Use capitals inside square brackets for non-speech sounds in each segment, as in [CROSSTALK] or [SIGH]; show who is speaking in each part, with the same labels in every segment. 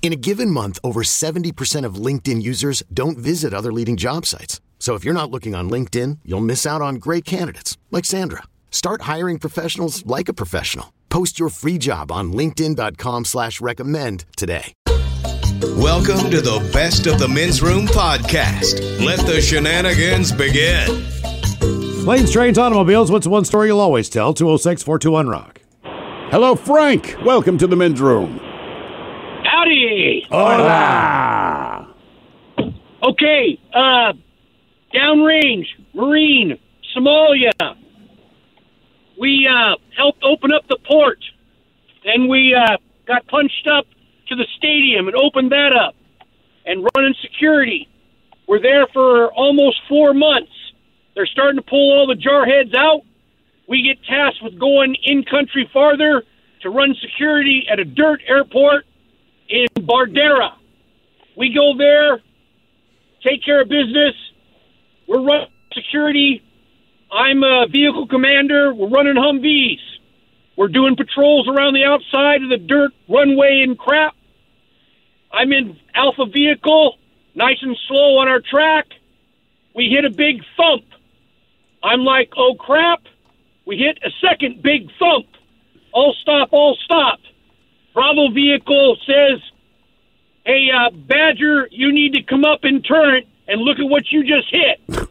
Speaker 1: In a given month, over 70% of LinkedIn users don't visit other leading job sites. So if you're not looking on LinkedIn, you'll miss out on great candidates like Sandra. Start hiring professionals like a professional. Post your free job on linkedin.com slash recommend today.
Speaker 2: Welcome to the Best of the Men's Room podcast. Let the shenanigans begin.
Speaker 3: Planes, trains, automobiles. What's one story you'll always tell? 206 421 Rock.
Speaker 4: Hello, Frank. Welcome to the men's room.
Speaker 5: Howdy.
Speaker 4: Hola.
Speaker 5: Okay. Uh, downrange, Marine, Somalia. We uh, helped open up the port, and we uh, got punched up to the stadium and opened that up, and running security. We're there for almost four months. They're starting to pull all the jarheads out. We get tasked with going in country farther to run security at a dirt airport in Bardera. We go there, take care of business. We're running security. I'm a vehicle commander. We're running Humvees. We're doing patrols around the outside of the dirt runway and crap. I'm in Alpha vehicle, nice and slow on our track. We hit a big thump. I'm like, oh crap. We hit a second big thump. All stop, all stop. Bravo vehicle says, "Hey, uh, Badger, you need to come up in turret and look at what you just hit."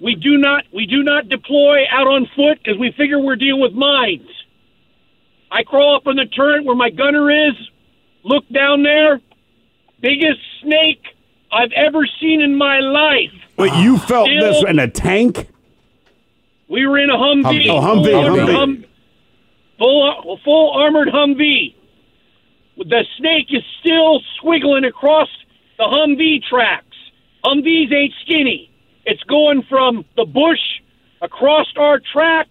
Speaker 5: we do not we do not deploy out on foot because we figure we're dealing with mines. I crawl up on the turret where my gunner is, look down there, biggest snake I've ever seen in my life.
Speaker 4: But you felt
Speaker 5: Still-
Speaker 4: this in a tank?
Speaker 5: We were in a Humvee.
Speaker 4: Humvee. Oh, Humvee,
Speaker 5: Full armored
Speaker 4: Humvee.
Speaker 5: full, full armored Humvee. The snake is still swiggling across the Humvee tracks. Humvees ain't skinny. It's going from the bush across our track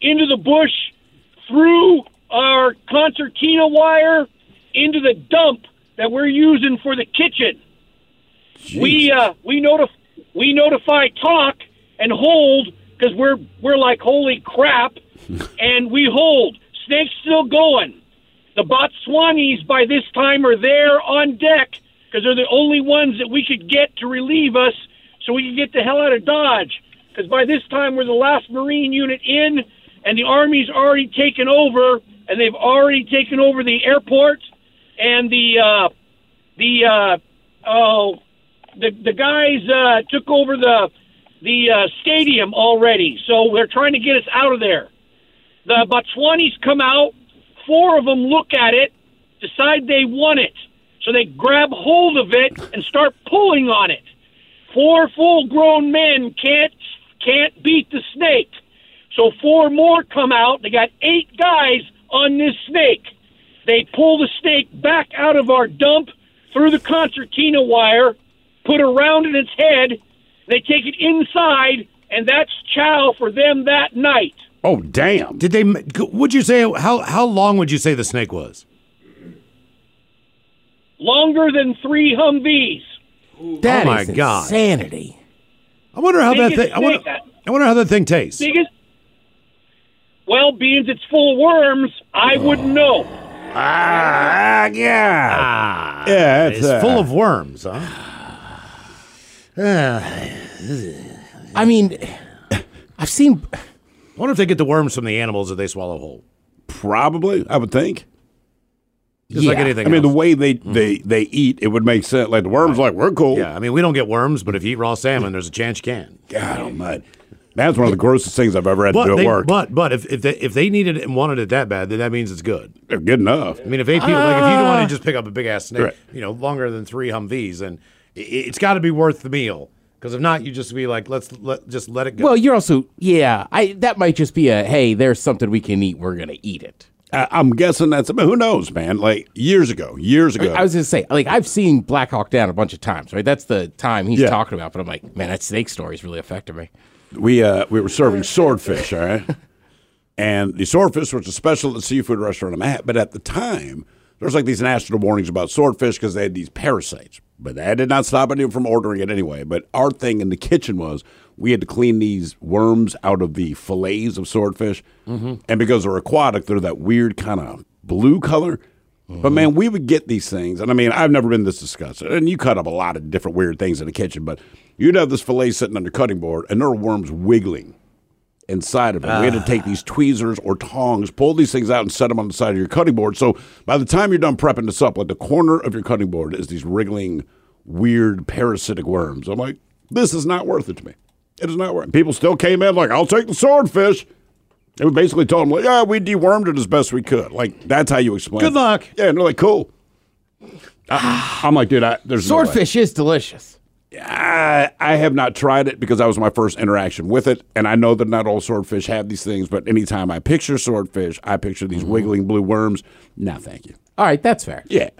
Speaker 5: into the bush through our concertina wire into the dump that we're using for the kitchen. We uh, we notif- we notify talk and hold because we're we're like holy crap, and we hold. Snake's still going. The Botswanis by this time are there on deck because they're the only ones that we could get to relieve us, so we can get the hell out of Dodge. Because by this time we're the last Marine unit in, and the Army's already taken over, and they've already taken over the airport and the uh, the uh, oh the the guys uh, took over the the uh, stadium already, so they're trying to get us out of there. The Botswanis come out. Four of them look at it, decide they want it, so they grab hold of it and start pulling on it. Four full-grown men can't can't beat the snake, so four more come out. They got eight guys on this snake. They pull the snake back out of our dump through the concertina wire, put a round in its head. They take it inside, and that's chow for them that night.
Speaker 4: Oh, damn.
Speaker 3: Did they? Would you say how how long would you say the snake was?
Speaker 5: Longer than three Humvees.
Speaker 6: That
Speaker 3: Oh, my
Speaker 6: is
Speaker 3: God.
Speaker 6: insanity.
Speaker 3: I wonder how that
Speaker 5: Biggest
Speaker 3: thing. I wonder,
Speaker 5: snake that-
Speaker 3: I wonder how that thing tastes.
Speaker 5: Biggest. Well, beans, it's full of worms. I wouldn't know.
Speaker 4: Ah, yeah.
Speaker 3: Ah,
Speaker 4: Yeah, it's,
Speaker 3: it's
Speaker 4: uh,
Speaker 3: full of worms,
Speaker 4: [SIGHS]
Speaker 3: huh?
Speaker 6: I mean, I've seen.
Speaker 3: I wonder if they get the worms from the animals that they swallow whole,
Speaker 4: Probably, I would think.
Speaker 3: just like
Speaker 6: Yeah.
Speaker 3: anything.
Speaker 4: I mean, the
Speaker 3: else. Mm.
Speaker 4: way they, they, they eat, it would make sense. Like, the worm's like, we're cool.
Speaker 3: yeah. I mean, we don't get worms, but if you eat raw salmon, there's a chance you can.
Speaker 4: God almighty. Oh, That's one of the grossest things I've ever had to
Speaker 3: But
Speaker 4: do at
Speaker 3: they,
Speaker 4: work.
Speaker 3: but but if, if they if they needed it and wanted it that bad, then that means it's good.
Speaker 4: They're good enough.
Speaker 3: I mean, if eight people like if you don't want to just pick up a big ass snake,
Speaker 4: Right.
Speaker 3: you know, longer than three Humvees, and i- it's got to be worth the meal. Because if not, you just be like, let's let just let it go.
Speaker 6: Well, you're also yeah. I that might just be a hey. There's something we can eat. We're gonna eat it.
Speaker 4: I, I'm guessing that's. I mean, who knows, man? Like years ago, years ago.
Speaker 6: I was gonna say like I've seen Black Hawk Down a bunch of times. Right, that's the time he's
Speaker 4: Yeah.
Speaker 6: talking about. But I'm like, man, that snake story's really affected me.
Speaker 4: we uh, we were serving swordfish, all right, and the swordfish was a special at the seafood restaurant I'm at. But at the time, there was like these national warnings about swordfish because they had these parasites. But that did not stop anyone from ordering it anyway. But our thing in the kitchen was we had to clean these worms out of the fillets of swordfish, and because they're aquatic, they're that weird kind of blue color. But man, we would get these things, and I mean, I've never been this disgusted. And you cut up a lot of different weird things in the kitchen, but you'd have this fillet sitting on the cutting board, and there were worms wiggling inside of it. we had
Speaker 3: Ah.
Speaker 4: to take these tweezers or tongs, pull these things out, and set them on the side of your cutting board. So by the time you're done prepping this up, like the corner of your cutting board is these wriggling, weird parasitic worms. I'm like, this is not worth it to me. It is not worth. it. People still came in like, I'll take the swordfish. And we basically told them, like, yeah, we dewormed it as best we could. Like that's how you explain.
Speaker 3: Good
Speaker 4: it.
Speaker 3: luck.
Speaker 4: Yeah, and they're like, cool. I, I'm like, dude, I, there's no way.
Speaker 6: Swordfish is delicious.
Speaker 4: I, I have not tried it because that was my first interaction with it, and I know that not all swordfish have these things. But anytime I picture swordfish, I picture
Speaker 3: Mm-hmm.
Speaker 4: these wiggling blue worms. No, thank you.
Speaker 6: All right, that's fair.
Speaker 4: Yeah.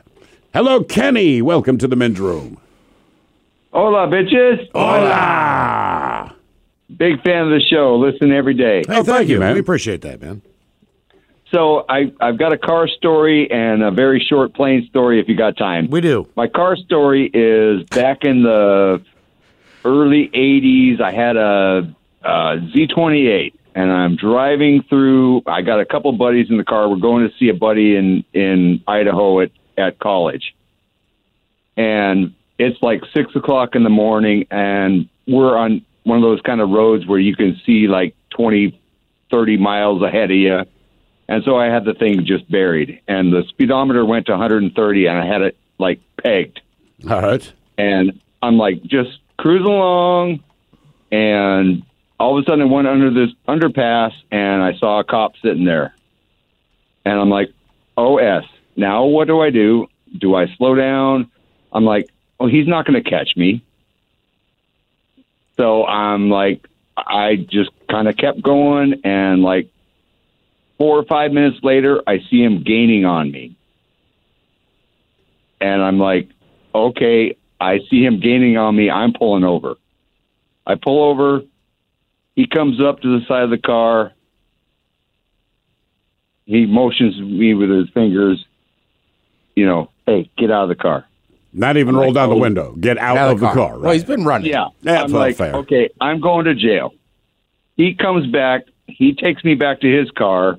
Speaker 4: Hello, Kenny. Welcome to the men's room.
Speaker 7: Hola, bitches.
Speaker 4: Hola.
Speaker 7: Big fan of the show. Listen every day.
Speaker 3: hey,
Speaker 4: thank you, man.
Speaker 3: We appreciate that, man.
Speaker 7: So I, I've got a car story and a very short plane story if you got time.
Speaker 3: We do.
Speaker 7: My car story is back in the early 80s. I had a, a Z28 and I'm driving through. I got a couple buddies in the car. We're going to see a buddy in, in Idaho at, at college. And it's like six o'clock in the morning and we're on one of those kind of roads where you can see like 20, 30 miles ahead of you. And so I had the thing just buried, and the speedometer went to 130, and I had it like pegged.
Speaker 4: All right.
Speaker 7: And I'm like just cruising along, and all of a sudden I went under this underpass, and I saw a cop sitting there. And I'm like, OS, now what do I do? Do I slow down? I'm like, oh, he's not going to catch me. So I'm like, I just kind of kept going, and like, four or five minutes later, I see him gaining on me. And I'm like, okay, I see him gaining on me. I'm pulling over. I pull over. He comes up to the side of the car. He motions me with his fingers, you know, hey, get out of the car.
Speaker 4: Not even roll down the window. Get oh, out,
Speaker 6: Out
Speaker 4: of the car.
Speaker 6: Well,
Speaker 4: right.
Speaker 6: he's been running.
Speaker 7: Yeah.
Speaker 4: That
Speaker 7: I'm
Speaker 4: felt
Speaker 7: like,
Speaker 4: fair.
Speaker 7: okay, I'm going to jail. He comes back. He takes me back to his car.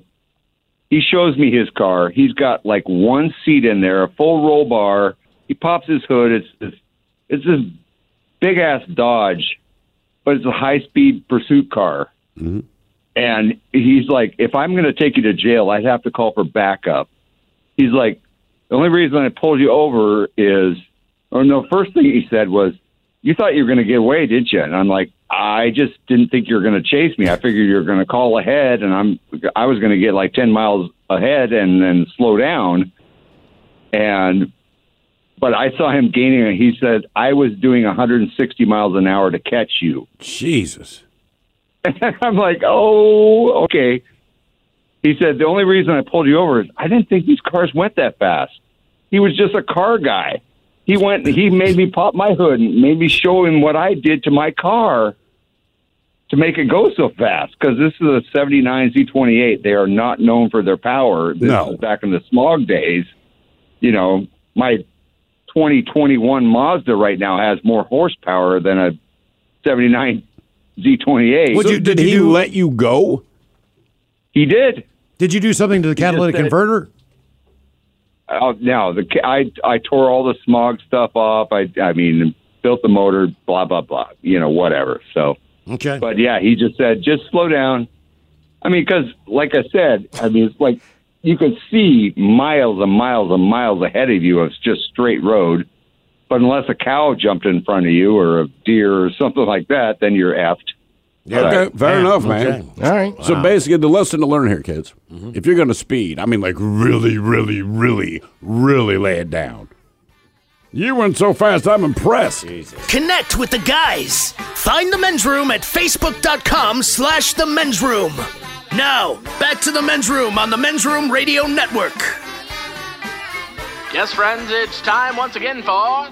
Speaker 7: He shows me his car. He's got like one seat in there, a full roll bar. He pops his hood. It's this, it's this big ass Dodge, but it's a high speed pursuit car. And he's like, if I'm going to take you to jail, I'd have to call for backup. He's like, the only reason I pulled you over is, or no, first thing he said was, you thought you were going to get away, didn't you? And I'm like, I just didn't think you were going to chase me. I figured you were going to call ahead, and I'm I was going to get like ten miles ahead and then slow down. And but I saw him gaining, and he said I was doing 160 miles an hour to catch you.
Speaker 4: Jesus.
Speaker 7: And [LAUGHS] I'm like, oh, okay. He said, the only reason I pulled you over is I didn't think these cars went that fast. He was just a car guy. He went, he made me pop my hood and made me show him what I did to my car to make it go so fast because this is a 79 Z28. They are not known for their power. This
Speaker 4: No.
Speaker 7: is back in the smog days. You know, my 2021 Mazda right now has more horsepower than a 79 Z28.
Speaker 3: Would
Speaker 4: So
Speaker 3: you-
Speaker 4: did,
Speaker 3: did you
Speaker 4: he
Speaker 3: do-
Speaker 4: let you go?
Speaker 7: He did.
Speaker 3: Did you do something to the catalytic
Speaker 7: said it.
Speaker 3: converter?
Speaker 7: Uh, no, the ca- I I tore all the smog stuff off. I I mean built the motor. Blah blah blah. You know whatever. So,
Speaker 3: Okay.
Speaker 7: [LAUGHS] but yeah, he just said just slow down. I mean, because like I said, I mean it's like you could see miles and miles and miles ahead of you. It's just straight road. But unless a cow jumped in front of you or a deer or something like that, then you're effed.
Speaker 4: Okay, fair
Speaker 3: Damn,
Speaker 4: enough,
Speaker 3: okay.
Speaker 4: man.
Speaker 6: All right.
Speaker 7: Uh-huh.
Speaker 4: So basically, the lesson to learn here, kids,
Speaker 7: Mm-hmm.
Speaker 4: if you're going to speed, I mean, like really, really, really, really lay it down. You went so fast, I'm impressed.
Speaker 8: Connect with the guys. Find the men's room at facebook.com slash the men's room. Now, back to the men's room on the men's room radio network.
Speaker 9: Yes, friends, it's time once again for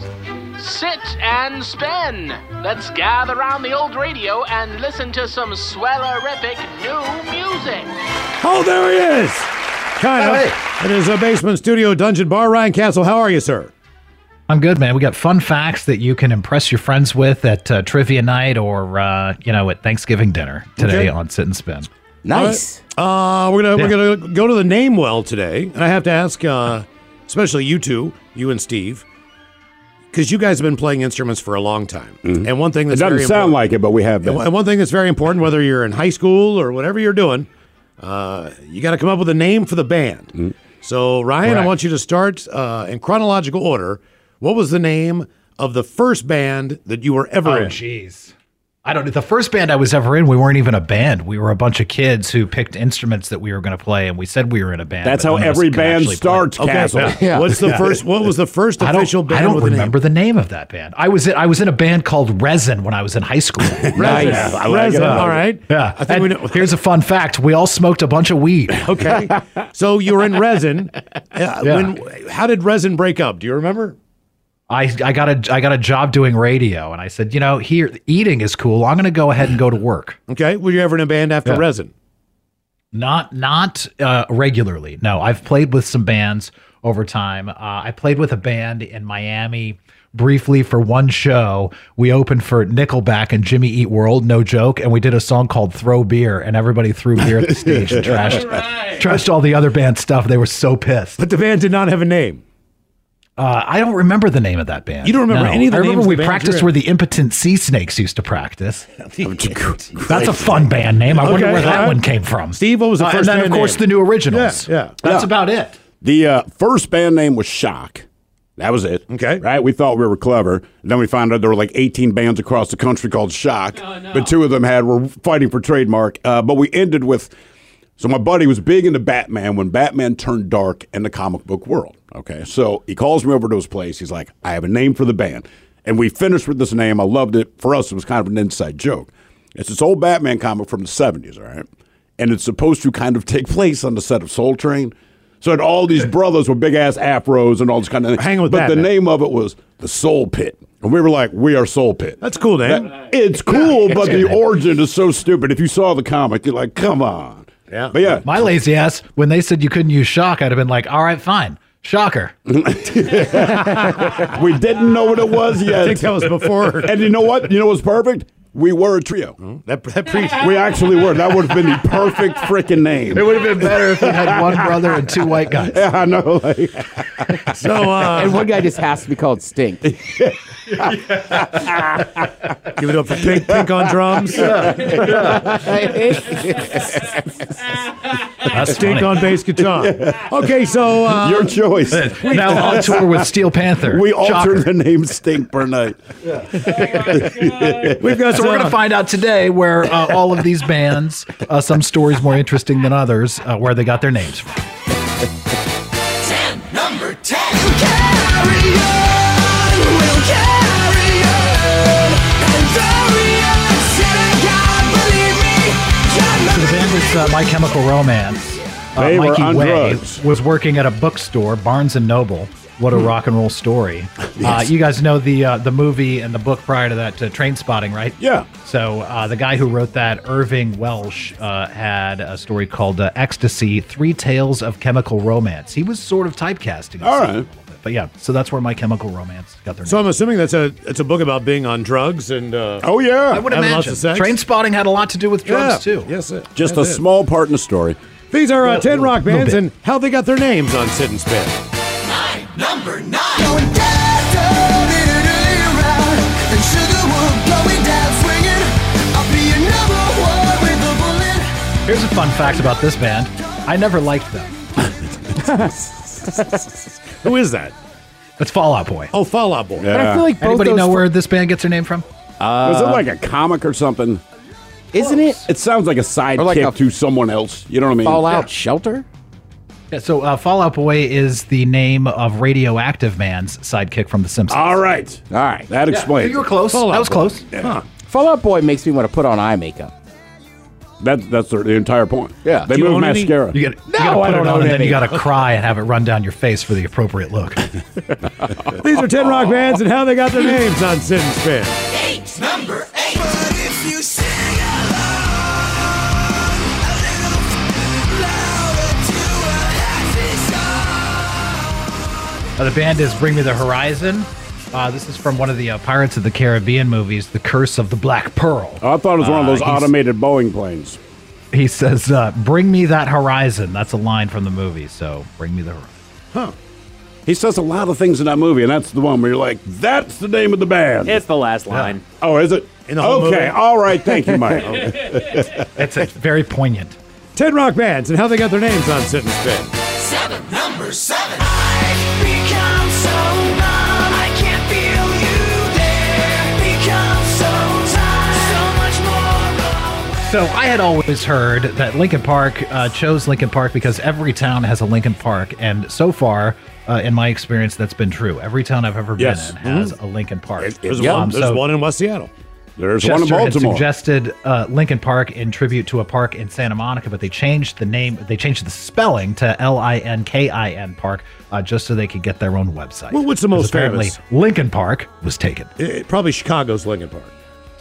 Speaker 9: Sit and Spin. Let's gather around the old radio and listen to some swellerific new music.
Speaker 3: Oh, there he is. Kind of. It is a basement studio dungeon bar. Ryan Castle, how are you, sir?
Speaker 10: I'm good, man. We got fun facts that you can impress your friends with at uh, trivia night or uh, you know at Thanksgiving dinner today
Speaker 3: Okay.
Speaker 10: on Sit and Spin.
Speaker 3: All right. Uh, we're gonna
Speaker 10: Yeah.
Speaker 3: we're gonna go to the name well today, and I have to ask, uh, especially you two, you and Steve, because you guys have been playing instruments for a long time. And one thing
Speaker 4: Mm-hmm. It
Speaker 3: that's
Speaker 4: doesn't
Speaker 3: very
Speaker 4: sound
Speaker 3: important-
Speaker 4: like it, but we have
Speaker 3: and one-
Speaker 4: been.
Speaker 3: and one thing that's very important, whether you're in high school or whatever you're doing, uh, you got to come up with a name for the band. So Ryan, I
Speaker 4: Mm-hmm. Right.
Speaker 3: want you to start uh, in chronological order. What was the name of the first band that you were ever
Speaker 10: Oh,
Speaker 3: in?
Speaker 10: jeez. I don't. The first band I was ever in, we weren't even a band. We were a bunch of kids who picked instruments that we were going to play, and we said we were in a band.
Speaker 4: That's
Speaker 10: but
Speaker 4: how
Speaker 10: none of us
Speaker 4: every
Speaker 10: could
Speaker 4: band
Speaker 10: actually play.
Speaker 4: starts, Castle.
Speaker 3: What's the first? What was the first
Speaker 10: I don't-
Speaker 3: official band?
Speaker 10: I don't
Speaker 3: with a name?
Speaker 10: remember the name of that band. I was in, I was in a band called Resin when I was in
Speaker 4: [LAUGHS]
Speaker 10: high school.
Speaker 3: Resin. I like Resin, it. all right.
Speaker 10: Yeah.
Speaker 3: I think we
Speaker 10: And
Speaker 3: know-
Speaker 10: Here's a fun fact: we all smoked a bunch of weed.
Speaker 3: [LAUGHS] Okay. so you were in
Speaker 10: [LAUGHS]
Speaker 3: resin. Uh,
Speaker 10: Yeah.
Speaker 3: when, how did resin break up? Do you remember?
Speaker 10: I, I got a I got a job doing radio, and I said, you know, here eating is cool. I'm going to go ahead and go to work.
Speaker 3: Okay. Were you ever in a band after
Speaker 10: Yeah.
Speaker 3: resin?
Speaker 10: Not not uh, regularly. No, I've played with some bands over time. Uh, I played with a band in Miami briefly for one show. We opened for Nickelback and Jimmy Eat World, no joke, and we did a song called "Throw Beer," and everybody threw beer at the
Speaker 3: [LAUGHS]
Speaker 10: stage and trashed trashed all the other band stuff. They were so pissed.
Speaker 3: But the band did not have a name.
Speaker 10: Uh, I don't remember the name of that band.
Speaker 3: You don't remember any of the
Speaker 10: I remember
Speaker 3: names of
Speaker 10: we
Speaker 3: the bands you're
Speaker 10: practiced
Speaker 3: in.
Speaker 10: where the impotent sea snakes used
Speaker 3: [LAUGHS]
Speaker 10: to practice. That's a fun band name. I wonder
Speaker 3: Okay,
Speaker 10: where that
Speaker 3: alright.
Speaker 10: one came from.
Speaker 3: Steve, what was the
Speaker 10: Uh,
Speaker 3: first
Speaker 10: And then,
Speaker 3: band
Speaker 10: of course,
Speaker 3: name?
Speaker 10: the new originals.
Speaker 3: Yeah, yeah.
Speaker 10: That's
Speaker 4: Yeah.
Speaker 10: about it.
Speaker 4: The uh, first band name was Shock. That was it.
Speaker 3: Okay.
Speaker 4: Right? We thought we were clever. And then we found out there were like 18 bands across the country called Shock. But two of them had were fighting for trademark. Uh, but we ended with so my buddy was big into Batman when Batman turned dark in the comic book world. Okay. So he calls me over to his place. He's like, I have a name for the band. And we finished with this name. I loved it. For us, it was kind of an inside joke. It's this old Batman comic from the 70s, all right? And it's supposed to kind of take place on the set of Soul Train. So had all these brothers with big ass afros and all this kind of thing.
Speaker 3: Hang with
Speaker 4: but the
Speaker 3: Batman.
Speaker 4: name of it was the Soul Pit. And we were like, we are Soul Pit.
Speaker 3: That's cool, name.
Speaker 4: That- it's cool, but the origin is so stupid. If you saw the comic, you're like, come
Speaker 3: [LAUGHS]
Speaker 4: on.
Speaker 3: Yeah.
Speaker 4: But yeah,
Speaker 10: My lazy ass, when they said you couldn't use shock, I'd have been like, all right, fine. Shocker. [LAUGHS]
Speaker 4: we didn't know what it was
Speaker 3: I think
Speaker 4: yet.
Speaker 3: that was before. Hmm?
Speaker 4: And you know what? You know what's perfect? We were a trio.
Speaker 3: that, that pre-
Speaker 4: We actually were. That would have been the perfect freaking name.
Speaker 10: would have been better if you had one brother and two white guys.
Speaker 4: [LAUGHS] Yeah, I know. Like,
Speaker 3: [LAUGHS] so uh,
Speaker 6: And one guy just has to be called
Speaker 4: [LAUGHS]
Speaker 6: Stink.
Speaker 3: give it up for Pink, Pink on drums,
Speaker 10: That's
Speaker 3: Stink
Speaker 10: funny.
Speaker 3: on bass
Speaker 10: [LAUGHS]
Speaker 3: guitar. Okay, so uh,
Speaker 4: your
Speaker 3: [LAUGHS]
Speaker 4: choice.
Speaker 10: Now on tour with Steel Panther.
Speaker 4: We
Speaker 10: Shocker.
Speaker 4: altered the name Stink per night.
Speaker 3: we've got
Speaker 10: So we're going
Speaker 3: uh,
Speaker 10: to find out today where uh, all of these bands, uh, some stories more interesting than others, uh, where they got their names from.
Speaker 8: Number 10. Carry on, we'll carry on. And carry on, say, God, believe me, you're
Speaker 10: So the
Speaker 8: never
Speaker 10: band was uh, My Chemical Romance. Uh,
Speaker 4: They were
Speaker 10: Mikey
Speaker 4: on
Speaker 10: Way
Speaker 4: drugs.
Speaker 10: was working at a bookstore, Barnes and Noble. What a rock and roll story!
Speaker 4: [LAUGHS]
Speaker 10: Uh, you guys know the uh, the movie and the book prior to that, uh, Train Spotting, right?
Speaker 4: Yeah.
Speaker 10: So uh, the guy who wrote that, Irving Welsh, uh, had a story called uh, "Ecstasy: Three Tales of Chemical Romance." He was sort of typecasting. himself
Speaker 4: All
Speaker 10: a
Speaker 4: right.
Speaker 10: little bit. But yeah, so that's where My Chemical Romance got their
Speaker 3: So
Speaker 10: name.
Speaker 3: I'm assuming that's a it's a book about being on drugs and uh,
Speaker 4: Oh, yeah.
Speaker 10: I would
Speaker 3: having lots
Speaker 10: imagine
Speaker 3: of sex?
Speaker 10: Train Spotting had a lot to do with drugs
Speaker 3: yeah,
Speaker 10: too.
Speaker 3: Yes, it,
Speaker 4: Just a
Speaker 3: that's it.
Speaker 4: small part in the story.
Speaker 3: These are uh, ten rock
Speaker 10: little
Speaker 3: bands
Speaker 10: bit.
Speaker 3: and how they got their names on Sit and Spin.
Speaker 8: Number nine. Going down, down, in an around. And sugar will blow me down swinging. I'll be your number one with a bullet.
Speaker 10: Here's a fun fact about this band: I never
Speaker 4: [LAUGHS]
Speaker 10: liked them.
Speaker 3: Who is that?
Speaker 10: It's Fallout Boy.
Speaker 3: Oh, Fall Out Boy.
Speaker 6: But I feel like both
Speaker 10: Anybody
Speaker 6: those
Speaker 10: know where this band gets their name from?
Speaker 4: Was it like a comic or something?
Speaker 6: Isn't it?
Speaker 4: It sounds like a sidekick to someone else. You know what I mean?
Speaker 10: Fallout
Speaker 6: Shelter.
Speaker 10: Yeah, so uh, Fallout Boy is the name of Radioactive Man's sidekick from The Simpsons.
Speaker 4: All right.
Speaker 6: All right.
Speaker 4: That explains
Speaker 10: you were it. close. That was close. Huh.
Speaker 6: Fallout Boy makes me want to put on eye makeup.
Speaker 4: That, that's their, the entire point. Yeah. They
Speaker 10: Do you
Speaker 4: move
Speaker 10: own any?
Speaker 4: mascara.
Speaker 10: You gotta, you
Speaker 4: No,
Speaker 10: gotta
Speaker 4: I
Speaker 10: put
Speaker 4: don't
Speaker 10: it
Speaker 4: own
Speaker 10: on, and then
Speaker 4: any.
Speaker 10: you got to cry and have it run down your face for the
Speaker 4: [LAUGHS]
Speaker 10: appropriate look. Uh,
Speaker 3: These are 10 rock bands and how they got their names on Sit and Spin.
Speaker 8: Eight, number eight. But if you sing along,
Speaker 10: Uh, the band is Bring Me the Horizon. Uh, this is from one of the uh, Pirates of the Caribbean movies, The Curse of the Black Pearl.
Speaker 4: I thought it was one of
Speaker 10: Uh,
Speaker 4: those
Speaker 10: he's-
Speaker 4: automated Boeing planes.
Speaker 10: He says, uh, Bring me that horizon. That's a line from the movie. So, bring me the horizon.
Speaker 4: Huh. He says a lot of things in that movie, and that's the one where you're like, that's the name of the band.
Speaker 11: It's the last line.
Speaker 4: Oh, is it?
Speaker 11: In the whole
Speaker 4: okay,
Speaker 11: movie.
Speaker 4: all right. Thank you, [LAUGHS] Mike.
Speaker 3: [LAUGHS]
Speaker 10: That's it. Very poignant.
Speaker 3: 10 rock bands and how they got their names on Sit and Spin.
Speaker 8: seven, number seven. I've become so numb, I can't feel you there. Become so tired, so much more.
Speaker 10: So I had always heard that Lincoln Park uh, chose Lincoln Park because every town has a Lincoln Park, and so far, uh, in my experience, that's been true. Every town I've ever
Speaker 3: Yes. Mm-hmm.
Speaker 10: been in has a Lincoln Park.
Speaker 3: There's,
Speaker 10: Um,
Speaker 3: one, there's
Speaker 10: so
Speaker 3: one in West Seattle.
Speaker 4: There's
Speaker 10: Chester had suggested uh, Lincoln Park in tribute to a park in Santa Monica, but they changed the name. They changed the spelling to L I N K I N Park uh, just so they could get their own website.
Speaker 3: Well, what's the
Speaker 10: 'Cause
Speaker 3: most
Speaker 10: apparently
Speaker 3: famous?
Speaker 10: Lincoln Park was taken.
Speaker 3: Eh, probably Chicago's Lincoln Park.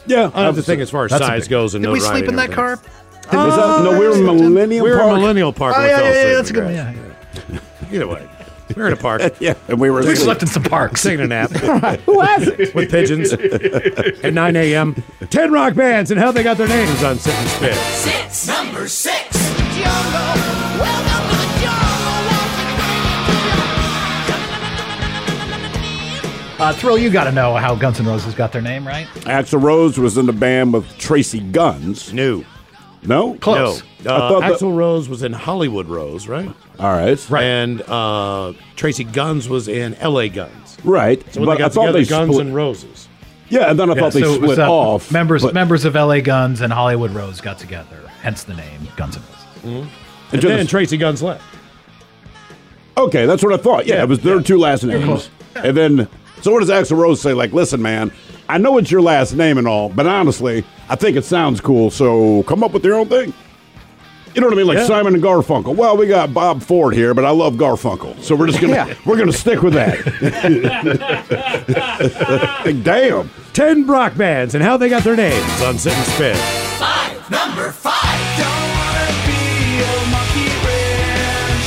Speaker 3: Yeah, I have to think as far as
Speaker 10: That's a
Speaker 3: size
Speaker 10: big-
Speaker 3: goes. And
Speaker 10: Did we
Speaker 3: notoriety
Speaker 10: sleep
Speaker 3: and
Speaker 10: in that
Speaker 3: everything.
Speaker 10: car?
Speaker 3: Was that-
Speaker 4: no, we were in Millennium
Speaker 3: we were in
Speaker 4: Park.
Speaker 3: Millennial Park.
Speaker 4: Oh,
Speaker 3: when we
Speaker 4: yeah,
Speaker 3: fell
Speaker 4: yeah, yeah,
Speaker 3: asleep,
Speaker 4: that's a good-
Speaker 3: guys.
Speaker 4: yeah,
Speaker 3: Either way, we were in a park.
Speaker 4: [LAUGHS] yeah, and we were
Speaker 10: We slept in some parks.
Speaker 3: taking
Speaker 4: [LAUGHS]
Speaker 3: a nap
Speaker 6: Who has it?
Speaker 3: with pigeons at 9 a.m. Ten rock bands and how they got their names on Sit and Spin.
Speaker 8: Six, number six. Jungle, welcome to the jungle.
Speaker 10: Uh, Thrill, you got to know how Guns N' Roses got their name, right?
Speaker 4: Axel Rose was in the band with Tracy Guns.
Speaker 3: New.
Speaker 4: No?
Speaker 3: No,
Speaker 4: I
Speaker 3: uh,
Speaker 4: thought that-
Speaker 3: Axel Rose was in Hollywood Rose, right?
Speaker 4: all right.
Speaker 3: Right. And uh, Tracy Guns was in L.A. Guns.
Speaker 4: Right.
Speaker 3: So when
Speaker 4: but
Speaker 3: they got
Speaker 4: I thought
Speaker 3: together,
Speaker 4: they
Speaker 3: Guns
Speaker 4: split.
Speaker 3: and Roses.
Speaker 4: yeah, and then I thought they
Speaker 10: so it was,
Speaker 4: split
Speaker 10: uh,
Speaker 4: off.
Speaker 10: Members
Speaker 4: but-
Speaker 10: members of LA Guns and Hollywood Rose got together, hence the name Guns N' Roses.
Speaker 3: Mm-hmm. And,
Speaker 4: to
Speaker 3: then
Speaker 4: the-
Speaker 3: Tracy Guns left.
Speaker 4: Okay, that's what I thought. Yeah, it was their two last names.
Speaker 3: close.
Speaker 4: And then, so what does Axel Rose say? Like, listen, man, I know it's your last name and all, but honestly, I think it sounds cool, so come up with your own thing. You know what I mean? Like
Speaker 3: Yeah.
Speaker 4: Simon and Garfunkel. Well, we got Bob Ford here, but I love Garfunkel, so we're just gonna
Speaker 3: Yeah.
Speaker 4: we're gonna stick with
Speaker 3: [LAUGHS]
Speaker 4: that. Like, Damn.
Speaker 3: Ten rock bands and how they got their names on Sit and Spin.
Speaker 8: Five, number five. Don't wanna be a monkey wrench.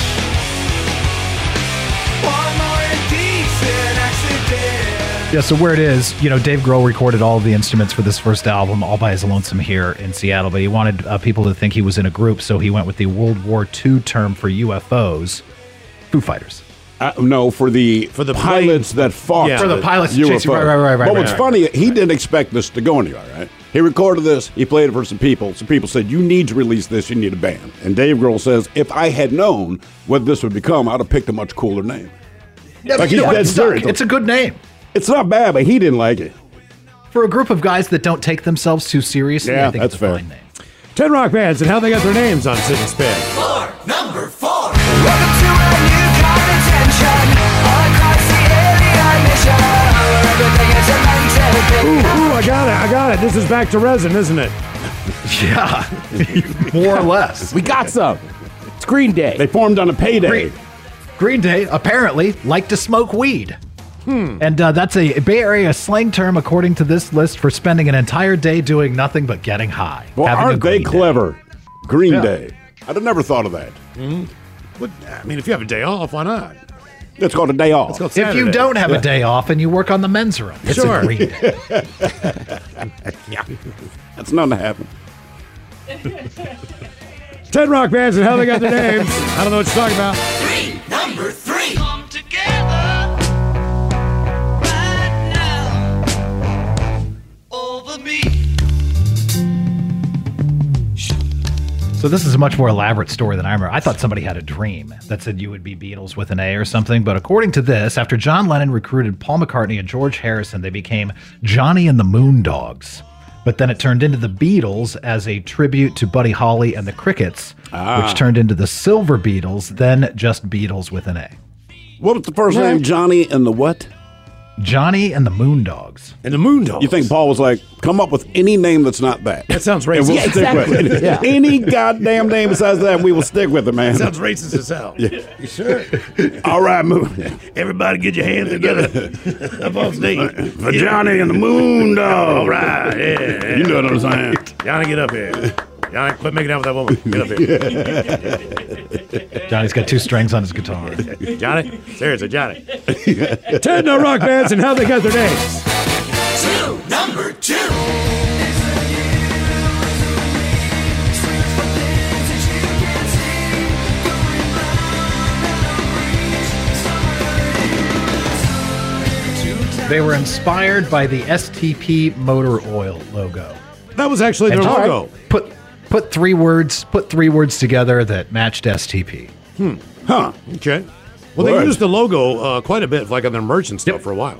Speaker 8: One more indecent accident.
Speaker 10: Yeah, so where it is, you know, Dave Grohl recorded all of the instruments for this first album all by his lonesome here in Seattle, but he wanted uh, people to think he was in a group, so he went with the World War II term for UFOs, Foo Fighters.
Speaker 4: Uh, no, for the for
Speaker 3: the
Speaker 4: pilots that fought
Speaker 3: Yeah. For the
Speaker 10: pilots chasing- right, right, right, right,
Speaker 4: But
Speaker 10: right,
Speaker 4: what's
Speaker 10: right.
Speaker 4: funny, he didn't expect this to go anywhere. Right? He recorded this. He played it for some people. Some people said, "You need to release this. You need a band." And Dave Grohl says, "If I had known what this would become, I'd have picked a much cooler name." Like, he's dead serious.
Speaker 10: It's a good name
Speaker 4: It's not bad, but he didn't like it.
Speaker 10: for a group of guys that don't take themselves too seriously.
Speaker 4: Yeah,
Speaker 10: I think
Speaker 4: that's
Speaker 10: it's a
Speaker 4: fair.
Speaker 10: fine name.
Speaker 3: Ten rock bands and how they got their names on Sit and Spin.
Speaker 8: Four, number four. Welcome to a new kind of tension. All across the alien mission. Everything is a mental
Speaker 3: Ooh,
Speaker 8: thing.
Speaker 3: ooh, I got it, I got it. This is back to resin, isn't
Speaker 4: [LAUGHS]
Speaker 3: it?
Speaker 10: Yeah, more or less.
Speaker 6: We got some. It's Green Day.
Speaker 4: They formed on a payday.
Speaker 10: Green, Green Day apparently like to smoke weed.
Speaker 3: Hmm.
Speaker 10: And uh, that's a Bay Area slang term, according to this list, for spending an entire day doing nothing but getting high.
Speaker 4: Well,
Speaker 10: having a
Speaker 4: aren't they
Speaker 10: Green Day.
Speaker 4: clever? Green
Speaker 10: Yeah.
Speaker 4: Day. I'd have never thought of that.
Speaker 3: Mm-hmm. What, I mean, if you have a day off, why not?
Speaker 4: It's called a day off.
Speaker 3: It's called
Speaker 10: If you
Speaker 3: Saturday.
Speaker 10: don't have a day off and you work on the men's room, it's
Speaker 3: Sure.
Speaker 10: a
Speaker 3: [LAUGHS]
Speaker 10: Green [LAUGHS] Day.
Speaker 4: That's not gonna happen.
Speaker 3: ten rock bands and how they got their names. I don't know what you're talking about.
Speaker 8: Three, number three. Come together right now over me.
Speaker 10: So this is a much more elaborate story than I remember. I thought somebody had a dream that said you would be Beatles with an A or something, but according to this, after John Lennon recruited Paul McCartney and George Harrison, they became Johnny and the Moondogs. but then it turned into the Beatles as a tribute to Buddy Holly and the Crickets,
Speaker 4: Ah.
Speaker 10: which turned into the Silver Beatles, then just Beatles with an A.
Speaker 4: What was the first name? Johnny and the what?
Speaker 10: Johnny and the Moondogs.
Speaker 3: And the Moondogs.
Speaker 4: You think Paul was like, come up with any name that's not that?
Speaker 3: That sounds
Speaker 4: And
Speaker 3: racist.
Speaker 4: we'll stick with it. [LAUGHS] Any goddamn name besides that, we will stick with it, man.
Speaker 3: sounds racist as hell.
Speaker 4: Yeah.
Speaker 3: You sure?
Speaker 4: [LAUGHS] All right, move.
Speaker 3: Everybody get your hands
Speaker 4: [LAUGHS]
Speaker 3: together. Up on stage.
Speaker 4: For Johnny and the Moon Dog.
Speaker 3: [LAUGHS] All right. Yeah, yeah.
Speaker 4: You know what I'm saying.
Speaker 3: Johnny, get up here. Johnny, quit making out with that woman. Get up
Speaker 4: [LAUGHS]
Speaker 3: here.
Speaker 10: Johnny's got two strings on his guitar.
Speaker 3: Johnny? Seriously,
Speaker 4: [LAUGHS]
Speaker 3: Johnny. Ten no rock bands and how they got their names.
Speaker 8: Two, number two.
Speaker 10: They were inspired by the STP motor oil logo.
Speaker 3: That was actually
Speaker 10: And
Speaker 3: their
Speaker 10: just
Speaker 3: logo.
Speaker 10: Put put three words put three words together that matched STP.
Speaker 3: Hmm.
Speaker 4: Huh.
Speaker 3: Okay. Well, they
Speaker 4: Word.
Speaker 3: used the logo uh, quite a bit, like on their merch and stuff, for a while.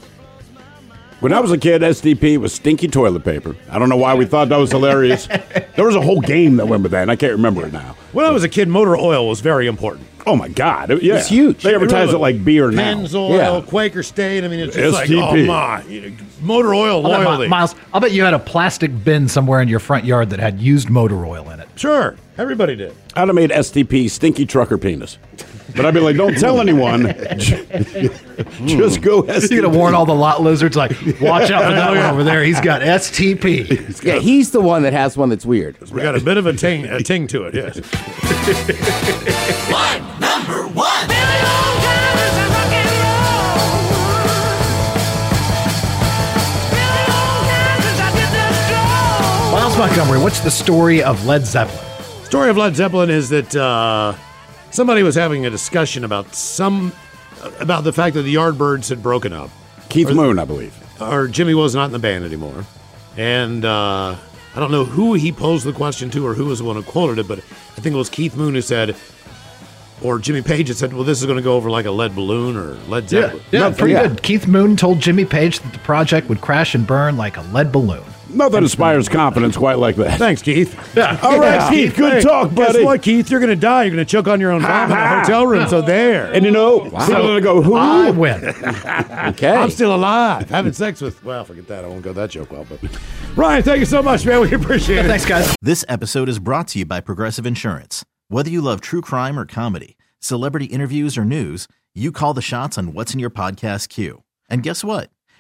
Speaker 4: When I was a kid, SDP was stinky toilet paper. I don't know why we thought that was
Speaker 3: [LAUGHS]
Speaker 4: hilarious. there was a whole game that went with that, and I can't remember it now.
Speaker 3: When I was a kid, motor oil was very important.
Speaker 4: Oh my God! It, yeah.
Speaker 3: It's huge.
Speaker 4: They advertise it like beer now.
Speaker 3: Penn's oil,
Speaker 4: Yeah.
Speaker 3: Quaker State. I mean, it's just like, oh
Speaker 4: STP.
Speaker 3: my, you know, motor oil
Speaker 10: I'll bet Mi-
Speaker 3: loyalty.
Speaker 10: Miles, I'll bet you had a plastic bin somewhere in your front yard that had used motor oil in it.
Speaker 3: Sure,
Speaker 4: [LAUGHS]
Speaker 3: everybody did.
Speaker 4: I'd have made STP stinky trucker penis, but I'd be like, don't tell anyone.
Speaker 10: [LAUGHS]
Speaker 4: Just go STP.
Speaker 10: You're gonna warn all the lot
Speaker 4: [LAUGHS]
Speaker 10: lizards like, watch out for that one over there. He's got STP.
Speaker 3: [LAUGHS]
Speaker 6: Yeah, he's the one that has one that's weird.
Speaker 3: We got a bit of a ting, a ting to it, yes.
Speaker 4: [LAUGHS]
Speaker 10: Miles Montgomery, what's the story of Led Zeppelin?
Speaker 3: Story of Led Zeppelin is that uh, somebody was having a discussion about some about the fact that the Yardbirds had broken up.
Speaker 4: Keith Moon, I believe.
Speaker 3: or Jimmy was not in the band anymore. And uh, I don't know who he posed the question to or who was the one who quoted it, but I think it was Keith Moon who said, or Jimmy Page had said, well, this is going to go over like a lead balloon or lead Zeppelin.
Speaker 10: yeah, pretty good. Keith Moon told Jimmy Page that the project would crash and burn like a lead balloon.
Speaker 4: Nothing inspires confidence quite like that.
Speaker 3: Thanks, Keith. Yeah.
Speaker 4: All right, Keith. Good talk, buddy.
Speaker 3: Guess what, Keith? You're going to die. You're going to choke on your own vomit in a hotel room. So there.
Speaker 4: And you know, people are gonna go, who?
Speaker 10: I
Speaker 4: [LAUGHS]
Speaker 10: win.
Speaker 6: okay.
Speaker 3: I'm still alive. Having sex with, well, forget that. I won't go that joke well. But Ryan, thank you so much, man. We appreciate it.
Speaker 12: This episode is brought to you by Progressive Insurance. Whether you love true crime or comedy, celebrity interviews or news, you call the shots on what's in your podcast queue. And guess what?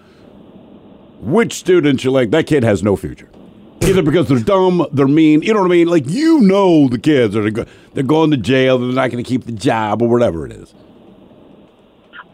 Speaker 4: which students you're like, that kid has no future? Either because they're dumb, they're mean, you know what I mean? Like, you know the kids are go- they're going to jail, they're not going to keep the job, or whatever it is.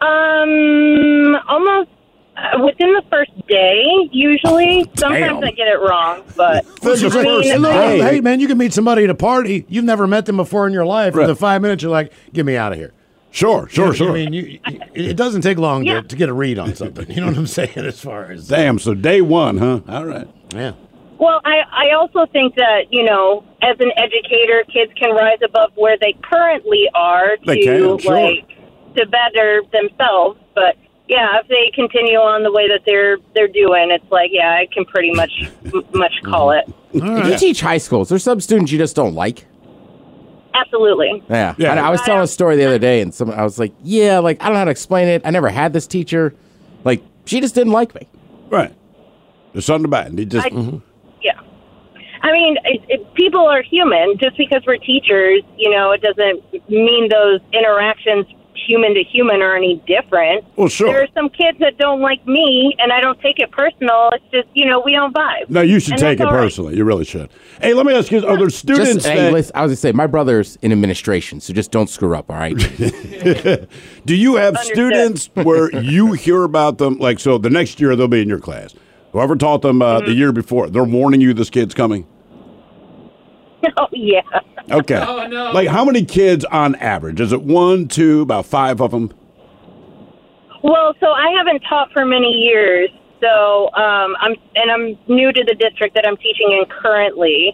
Speaker 13: Um, almost uh, within the first day, usually. Sometimes I get it wrong, but I mean, I-
Speaker 3: hey, hey, man, you can meet somebody at a party. You've never met them before in your life.
Speaker 4: Right.
Speaker 3: For the five minutes, you're like, get me out of here.
Speaker 4: Sure,
Speaker 3: You
Speaker 4: sure,
Speaker 3: know,
Speaker 4: sure.
Speaker 3: I mean, you, you- it doesn't take long to, to get a read on something. You know what I'm [LAUGHS] saying? As far as
Speaker 4: Damn, so day one, huh? All right.
Speaker 3: Yeah.
Speaker 13: Well, I, I also think that, you know, as an educator, kids can rise above where they currently are
Speaker 4: They
Speaker 13: to
Speaker 4: can, sure.
Speaker 13: like to better themselves. But yeah, if they continue on the way that they're they're doing, it's like yeah, I can pretty much m- much call it.
Speaker 6: If you teach high schools, there's some students you just don't like.
Speaker 13: Absolutely.
Speaker 6: Yeah. yeah. I, I was telling a story the other day, and some I was like, yeah, like I don't know how to explain it. I never had this teacher. Like she just didn't like me.
Speaker 4: Right. There's something about it. They just,
Speaker 13: I- Yeah. I mean, it, it, people are human. Just because we're teachers, you know, it doesn't mean those interactions human to human are any different.
Speaker 4: Well, sure.
Speaker 13: There are some kids that don't like me, and I don't take it personal. It's just, you know, we don't vibe.
Speaker 4: No, you should
Speaker 13: And
Speaker 4: take it
Speaker 13: that's all right.
Speaker 4: personally. You really should. Hey, let me ask you: Are there students
Speaker 6: Just, hey,
Speaker 4: that
Speaker 6: listen, I was gonna say my brother's in administration, so just don't screw up. All right.
Speaker 4: [LAUGHS] do you have students where
Speaker 13: [LAUGHS]
Speaker 4: you hear about them? Like, so the next year they'll be in your class. Whoever taught them uh,
Speaker 13: Mm-hmm.
Speaker 4: the year before, they're warning you this kid's coming.
Speaker 13: [LAUGHS] Oh, yeah.
Speaker 4: Okay.
Speaker 13: [LAUGHS] Oh, no.
Speaker 4: Like, how many kids on average? Is it one, two, about five of them?
Speaker 13: Well, so I haven't taught for many years, so um, I'm and I'm new to the district that I'm teaching in currently.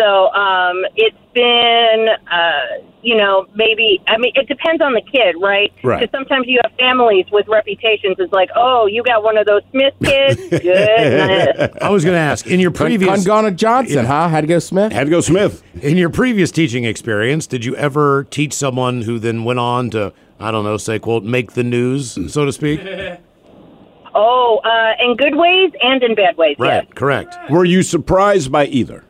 Speaker 13: So um, it's been, uh, you know, maybe I mean it depends on the kid, right?
Speaker 8: Right.
Speaker 13: Because sometimes you have families with reputations. It's like, oh, you got one of those Smith kids. [LAUGHS] Goodness.
Speaker 3: [LAUGHS] I was going to ask in your
Speaker 6: Con-
Speaker 3: previous
Speaker 6: Congana Johnson, huh? Had to go Smith.
Speaker 4: Had to go Smith.
Speaker 3: In your previous teaching experience, did you ever teach someone who then went on to I don't know, say quote, make the news, so to speak?
Speaker 13: Oh, uh, in good ways and in bad ways. yes.
Speaker 3: Correct.
Speaker 4: Were you surprised by either?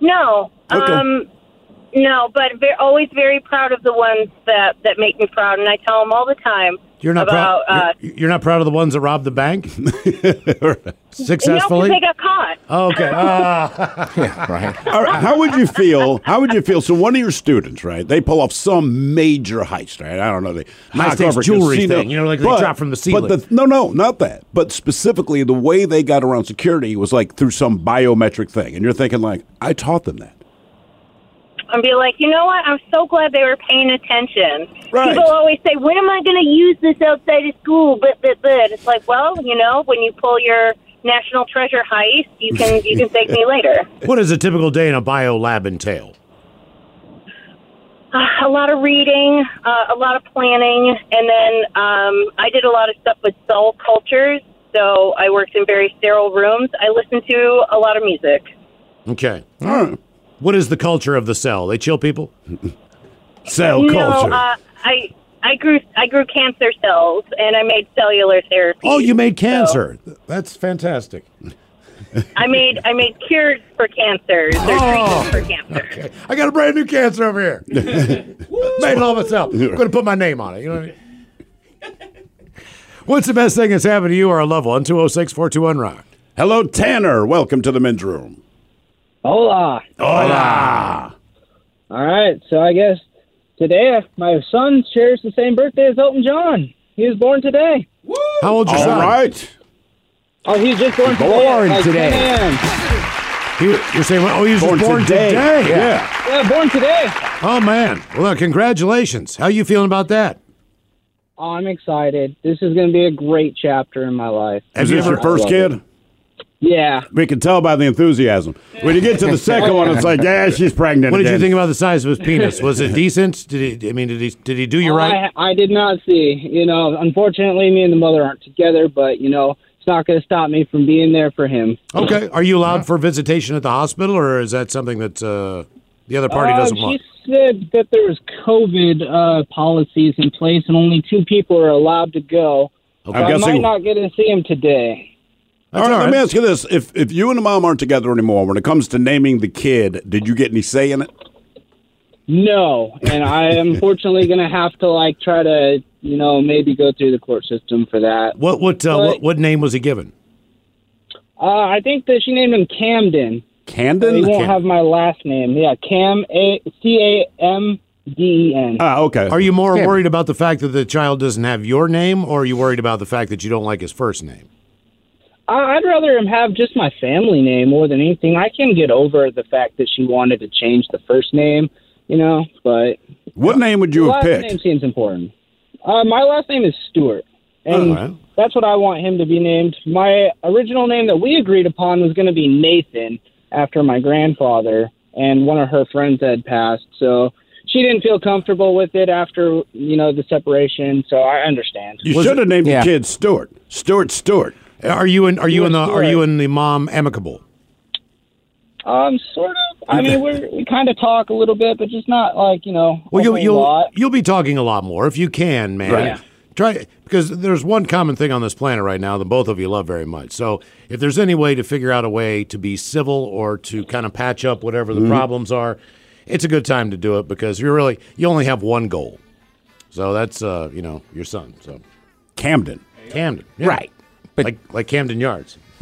Speaker 13: No.
Speaker 4: Okay.
Speaker 13: Um, no, but ve- always very proud of the ones that, that make me proud, and I tell them all the time.
Speaker 3: You're not
Speaker 13: about,
Speaker 3: proud.
Speaker 13: uh,
Speaker 3: You're, you're not proud of the ones that robbed the
Speaker 13: [LAUGHS]
Speaker 3: bank
Speaker 13: No, 'cause
Speaker 3: successfully.
Speaker 13: they got caught.
Speaker 3: Oh, [LAUGHS] okay. Ah.
Speaker 4: All right, how would you feel? How would you feel? So one of your students, right? They pull off some major heist, right? I don't know. They knock
Speaker 3: stakes
Speaker 4: over a
Speaker 3: jewelry
Speaker 4: casino.
Speaker 3: thing, you know, like they drop from the
Speaker 4: But the, no, no, not that. But specifically, the way they got around security was like through some biometric thing, and you're thinking like, I taught them that.
Speaker 13: [LAUGHS] and be like, you know what? I'm so glad they were paying attention.
Speaker 4: Right.
Speaker 13: People always say, when am I going to use this outside of school? But, but, but. It's like, well, you know, when you pull your national treasure heist, you can you can thank me later.
Speaker 3: what does a typical day in a bio lab entail?
Speaker 13: Uh, [SIGHS] a lot of reading, uh, a lot of planning, and then um, I did a lot of stuff with cell cultures. So I worked in very sterile rooms. I listened to a lot of music.
Speaker 3: Okay. What is the culture of the cell? They chill [LAUGHS] people? cell
Speaker 13: no,
Speaker 3: culture.
Speaker 13: Uh, I I grew I grew cancer cells, and I made cellular therapy.
Speaker 3: oh, you made cancer. That's [LAUGHS] fantastic.
Speaker 13: I made I made cures for cancers. There's
Speaker 3: Oh.
Speaker 13: treatments for cancer.
Speaker 3: Okay. I got a brand new cancer over here. Made it all myself. I'm going to put my name on it. You know what I mean? What's the best thing that's happened to you or a loved one? 206 421 Rock.
Speaker 4: Hello, Tanner. Welcome to the men's room.
Speaker 14: Hola.
Speaker 4: Hola.
Speaker 14: All right. So I guess today uh, my son shares the same birthday as Elton John. He was born today.
Speaker 3: How old's your
Speaker 14: All
Speaker 3: son?
Speaker 4: right.
Speaker 14: Oh, he's just born,
Speaker 3: Born
Speaker 14: today. at, like,
Speaker 3: today.
Speaker 14: 10 a.m.
Speaker 3: You- You're saying, oh, he was born,
Speaker 14: Born
Speaker 3: today.
Speaker 14: today.
Speaker 3: Yeah.
Speaker 14: Yeah, born today.
Speaker 3: Oh, man. Well, look, congratulations. How you feeling about that?
Speaker 14: Oh, I'm excited. This is going to be a great chapter in my life.
Speaker 4: Is this your
Speaker 14: I
Speaker 4: first
Speaker 14: love
Speaker 4: kid?
Speaker 14: it. Yeah.
Speaker 4: We can tell by the enthusiasm. When you get to the second one, it's like, yeah, she's pregnant.
Speaker 3: What did you
Speaker 4: again."
Speaker 3: think about the size of his penis? Was it decent? Did he? I mean, did he? Did he do you
Speaker 14: Oh,
Speaker 3: right?
Speaker 14: I, I did not see. You know, unfortunately, me and the mother aren't together, but, you know, it's not going to stop me from being there for him.
Speaker 3: Okay. Are you allowed for visitation at the hospital, or is that something that uh, the other party
Speaker 14: Uh,
Speaker 3: doesn't want?
Speaker 14: She said that there was COVID uh, policies in place, and only two people are allowed to go.
Speaker 4: Okay.
Speaker 14: So
Speaker 4: I'm
Speaker 14: I
Speaker 4: guessing-
Speaker 14: might not get to see him today.
Speaker 4: All right, let me ask you this: if if you and the mom aren't together anymore, when it comes to naming the kid, did you get any say in it?
Speaker 14: No, and I am unfortunately going to have to like try to, you know, maybe go through the court system for that.
Speaker 3: What what uh,
Speaker 14: But,
Speaker 3: what what name was he given?
Speaker 14: Uh, I think that she named him Camden.
Speaker 4: Camden.
Speaker 14: He won't
Speaker 3: Cam-
Speaker 14: have my last name. Yeah, Cam A C A M D E N.
Speaker 4: Ah, okay.
Speaker 3: Are you more
Speaker 14: Cam.
Speaker 3: worried about the fact that the child doesn't have your name, or are you worried about the fact that you don't like his first name?
Speaker 14: I- I'd rather him have just my family name more than anything. I can get over the fact that she wanted to change the first name, you know, but.
Speaker 4: What name would you
Speaker 14: The
Speaker 4: have
Speaker 14: last
Speaker 4: picked?
Speaker 14: name seems important. Uh, my last name is Stewart. And
Speaker 4: All right.
Speaker 14: that's what I want him to be named. My original name that we agreed upon was going to be Nathan after my grandfather, and one of her friends had passed. So she didn't feel comfortable with it after, you know, the separation. So I understand.
Speaker 4: You should have named the kid Stuart. Stuart Stewart.
Speaker 3: Are you in? Are you in the?
Speaker 14: Stuart.
Speaker 3: Are you in the mom amicable?
Speaker 14: Um, sort of. I mean, we're, we kind of talk a little bit, but just not like, you know,
Speaker 3: Well,
Speaker 14: a
Speaker 3: you'll
Speaker 14: whole
Speaker 3: you'll
Speaker 14: lot.
Speaker 3: you'll be talking a lot more if you can, man.
Speaker 14: Right. Yeah.
Speaker 3: Try because there's one common thing on this planet right now that both of you love very much. So if there's any way to figure out a way to be civil or to kind of patch up whatever the
Speaker 6: Mm-hmm.
Speaker 4: Mhm.
Speaker 3: problems are, it's a good time to do it because you're really you only have one goal. So that's uh, you know your son. So
Speaker 4: Camden,
Speaker 3: Camden, yeah.
Speaker 4: Right.
Speaker 3: like like Camden Yards.
Speaker 6: [LAUGHS]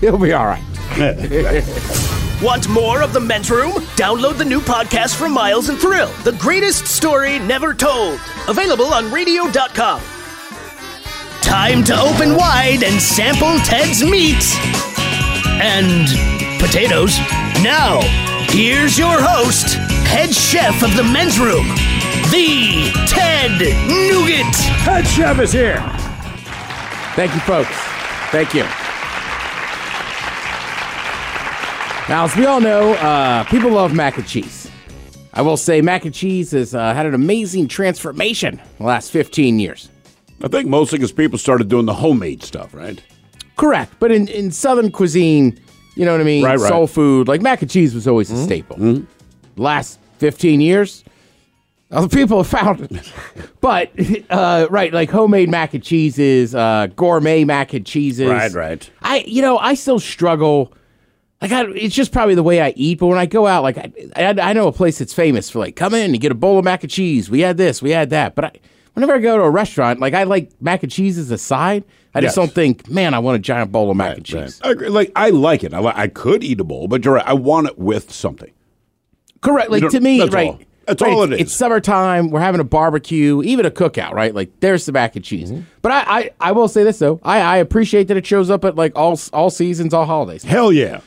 Speaker 6: He'll be all right.
Speaker 3: [LAUGHS]
Speaker 15: [LAUGHS] Want more of the men's room? Download the new podcast from Miles and Thrill, The Greatest Story Never Told. Available on radio.com. Time to open wide and sample Ted's meat and potatoes. Now, here's your host, head chef of the men's room, the Ted Nugent.
Speaker 4: Head chef is here.
Speaker 6: Thank you, folks. Thank you. Now, as we all know, uh, people love mac and cheese. I will say mac and cheese has uh, had an amazing transformation in the last 15 years.
Speaker 4: I think mostly because people started doing the homemade stuff, right?
Speaker 6: Correct. But in, in Southern cuisine, you know what I mean?
Speaker 4: Right, Mm-hmm. right.
Speaker 6: Soul food, like mac and cheese was always a staple. Last 15
Speaker 4: [LAUGHS]
Speaker 6: years, other people have found it. but, uh, right, like homemade mac and cheeses, uh, gourmet mac and cheeses.
Speaker 4: Right, right.
Speaker 6: I, you know, I still struggle. Like, I, it's just probably the way I eat. But when I go out, like, I, I, I know a place that's famous for like, come in and get a bowl of mac and cheese. We had this, we had that. But I, whenever I go to a restaurant, like, I like mac and cheese as a side. I
Speaker 4: Yes.
Speaker 6: just don't think, man, I want a giant bowl of mac and cheese.
Speaker 4: I agree. Like I like it. I, li- I could eat a bowl, but you're right. I want it with something.
Speaker 6: Correct. Like
Speaker 4: You know,
Speaker 6: to me,
Speaker 4: that's
Speaker 6: right?
Speaker 4: all. That's
Speaker 6: right,
Speaker 4: all
Speaker 6: it's,
Speaker 4: it is.
Speaker 6: It's summertime. We're having a barbecue, even a cookout, right? Like there's the mac and cheese.
Speaker 4: Mm-hmm.
Speaker 6: But I, I, I will say this though, I, I appreciate that it shows up at like all all seasons, all holidays.
Speaker 4: Hell yeah!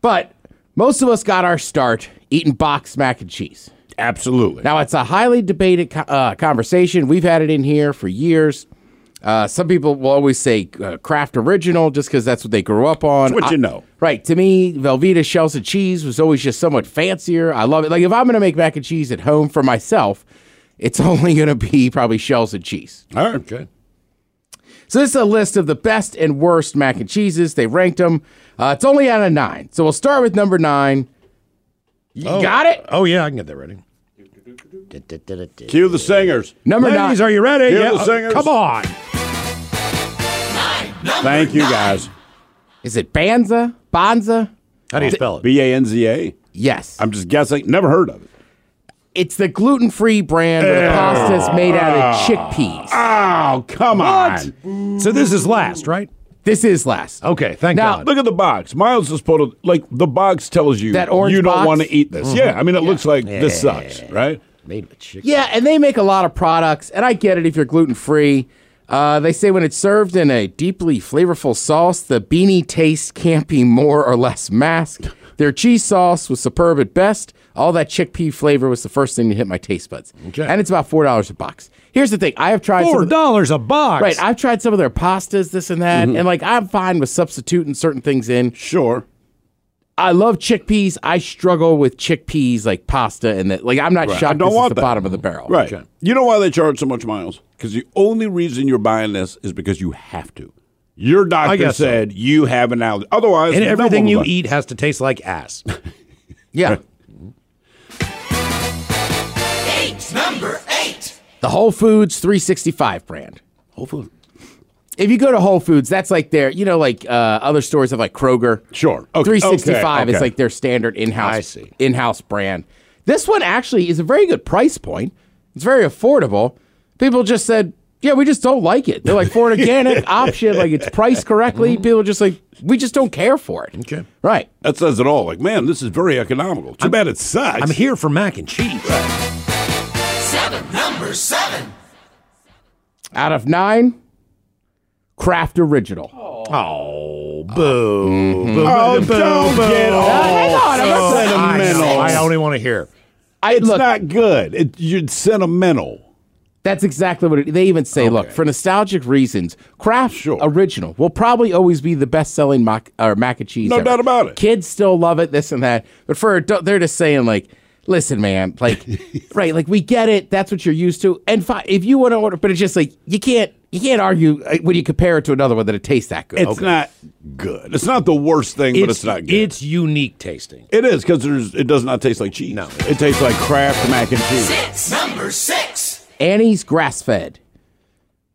Speaker 6: But most of us got our start eating boxed mac and cheese.
Speaker 4: Absolutely.
Speaker 6: Now it's a highly debated co- uh, conversation. We've had it in here for years. Uh, some people will always say uh, craft original just because that's what they grew up on.
Speaker 4: It's what you know.
Speaker 6: Right. To me, Velveeta shells and cheese was always just somewhat fancier. I love it. Like if I'm going to make mac and cheese at home for myself, it's [LAUGHS] only going to be probably shells and cheese.
Speaker 4: All right. Good.
Speaker 6: So this is a list of the best and worst mac and cheeses. They ranked them. Uh, it's only out of nine. So we'll start with number nine. You got it?
Speaker 3: Oh yeah, I can get that ready.
Speaker 4: Cue the singers.
Speaker 6: Number
Speaker 3: Ladies,
Speaker 6: nine.
Speaker 3: are you ready?
Speaker 4: Cue
Speaker 3: Yeah,
Speaker 4: the
Speaker 3: uh,
Speaker 4: singers.
Speaker 3: come on.
Speaker 4: Thank you, guys.
Speaker 6: Is it Banza? Bonza?
Speaker 3: How do you spell it?
Speaker 4: B A N Z A?
Speaker 6: Yes.
Speaker 4: I'm just guessing. Never heard of it.
Speaker 6: It's the gluten free brand where the pasta is made out of chickpeas.
Speaker 4: Oh, come on.
Speaker 3: So this is last, right?
Speaker 6: This is last.
Speaker 3: Okay, thank
Speaker 6: Now-
Speaker 3: God.
Speaker 4: Look at the box. Miles just put a, like the box tells you
Speaker 6: That orange
Speaker 4: you don't
Speaker 6: box? Mm-hmm.
Speaker 4: want to eat this. Yeah, I mean it looks like this
Speaker 3: Yeah.
Speaker 4: sucks, right?
Speaker 3: Made with chicken.
Speaker 6: Yeah, and they make a lot of products, and I get it if you're gluten free. Uh, they say when it's served in a deeply flavorful sauce, the beanie taste can't be more or less masked. Their cheese sauce was superb at best. All that chickpea flavor was the first thing to hit my taste buds.
Speaker 3: Okay.
Speaker 6: And it's about four dollars a box. Here's the thing: I have tried
Speaker 3: Four
Speaker 6: some of the-
Speaker 3: dollars a box.
Speaker 6: right. I've tried some of their pastas, this and that, and like I'm fine with substituting certain things in.
Speaker 4: Mm-hmm. Sure.
Speaker 6: I love chickpeas. I struggle with chickpeas like pasta and that. Like I'm not
Speaker 4: Right. I
Speaker 6: shocked.
Speaker 4: don't
Speaker 6: this
Speaker 4: want
Speaker 6: is the
Speaker 4: that.
Speaker 6: bottom of the barrel.
Speaker 4: Right. You know why they charge so much miles? Because the only reason you're buying this is because you have to. Your doctor
Speaker 3: guess so.
Speaker 4: said you have an allergy. Otherwise,
Speaker 3: and
Speaker 4: no
Speaker 3: everything
Speaker 4: one
Speaker 3: you
Speaker 4: would buy-
Speaker 3: eat has to taste like ass.
Speaker 6: Yeah.
Speaker 8: Number eight.
Speaker 6: The Whole Foods 365 brand.
Speaker 4: Whole Foods.
Speaker 6: If you go to Whole Foods, that's like their, you know, like uh, other stores have like Kroger.
Speaker 4: Sure. Okay,
Speaker 6: 365
Speaker 4: okay,
Speaker 6: is
Speaker 4: okay.
Speaker 6: like their standard in-house
Speaker 3: I see.
Speaker 6: in-house brand. This one actually is a very good price point. It's very affordable. People just said, "Yeah, we just don't like it." They're like for
Speaker 4: [LAUGHS]
Speaker 6: an organic option, like it's priced correctly. People just like we just don't care for it.
Speaker 3: Okay.
Speaker 6: Right.
Speaker 4: That says it all. Like, man, this is very economical. Too bad it sucks.
Speaker 3: I'm here for mac and cheese.
Speaker 8: Seven. Number seven.
Speaker 6: Out of 9, Kraft Original. Mm-hmm.
Speaker 3: Oh, boo. boo,
Speaker 4: Oh, don't get all
Speaker 6: hang on, I'm not saying-
Speaker 3: I,
Speaker 4: sentimental.
Speaker 3: know, I only want to hear.
Speaker 6: I
Speaker 4: it's
Speaker 6: look,
Speaker 4: not good. It, you're sentimental.
Speaker 6: That's exactly what it, they even say. Look, for nostalgic reasons, Kraft
Speaker 4: Sure.
Speaker 6: Original will probably always be the best-selling mac, or mac and cheese.
Speaker 4: No
Speaker 6: ever.
Speaker 4: doubt about it.
Speaker 6: Kids still love it, this and that. But for adult, they're just saying like, listen, man,
Speaker 4: [LAUGHS]
Speaker 6: like, right, like we get it. That's what you're used to. And fi- if you want to order, but it's just like you can't, you can't argue uh, when you compare it to another one that it tastes that good.
Speaker 4: It's not good. It's not the worst thing, but it's not good.
Speaker 3: It's unique tasting.
Speaker 4: It is because there's. It does not taste like cheese. No, it tastes like Kraft mac and cheese.
Speaker 8: Six. Number six.
Speaker 6: Annie's grass-fed.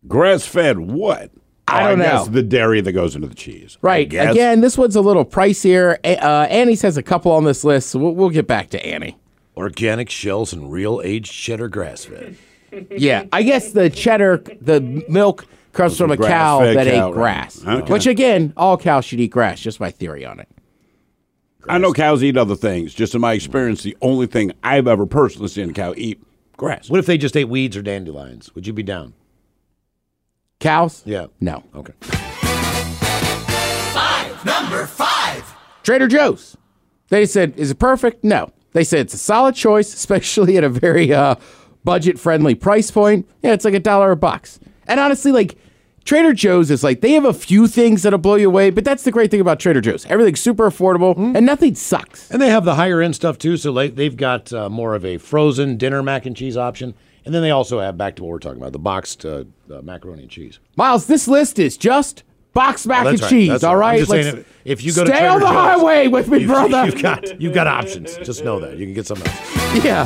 Speaker 4: Grass fed what?
Speaker 6: I don't know.
Speaker 4: guess the dairy that goes into the cheese. I
Speaker 6: Right.
Speaker 4: guess.
Speaker 6: Again, this one's a little pricier. A- Uh, Annie's has a couple on this list, so we'll, we'll get back to Annie.
Speaker 3: Organic shells and real aged cheddar grass fed.
Speaker 6: Yeah, I guess the cheddar, the milk comes from a
Speaker 4: grass
Speaker 6: cow
Speaker 4: fed
Speaker 6: that
Speaker 4: cow,
Speaker 6: ate
Speaker 4: right.
Speaker 6: grass.
Speaker 4: Okay.
Speaker 6: Which again, all cows should eat grass. Just my theory on it.
Speaker 4: I know cows eat other things. Just in my experience, the only thing I've ever personally seen a cow eat grass.
Speaker 3: What if they just ate weeds or dandelions? Would you be down?
Speaker 6: Cows?
Speaker 3: Yeah.
Speaker 6: No.
Speaker 3: Okay.
Speaker 8: Number five.
Speaker 6: Trader Joe's. They said, "Is it perfect?" No. They said it's a solid choice, [LAUGHS] especially at a very uh, budget-friendly price point. Yeah, it's like a dollar a box. And honestly, like Trader Joe's is like they have a few things that'll blow you away, but that's the great thing about Trader Joe's. Everything's super affordable, and nothing sucks.
Speaker 3: And they have the higher end stuff too. So like, they've got uh, more of a frozen dinner mac and cheese option. And then they also have back to what we're talking about the boxed uh, uh, macaroni and cheese.
Speaker 6: Miles, this list is just box mac
Speaker 3: That's
Speaker 6: and
Speaker 3: right,
Speaker 6: cheese.
Speaker 3: that's
Speaker 6: all
Speaker 3: right. I'm
Speaker 6: right,
Speaker 3: just
Speaker 6: Let's
Speaker 3: saying, if you go to
Speaker 6: stay
Speaker 3: Trader
Speaker 6: on the
Speaker 3: Joe's,
Speaker 6: highway with me,
Speaker 3: You've- [LAUGHS]
Speaker 6: brother.
Speaker 3: You've got you've got options. Just know that you can get something else.
Speaker 6: yeah,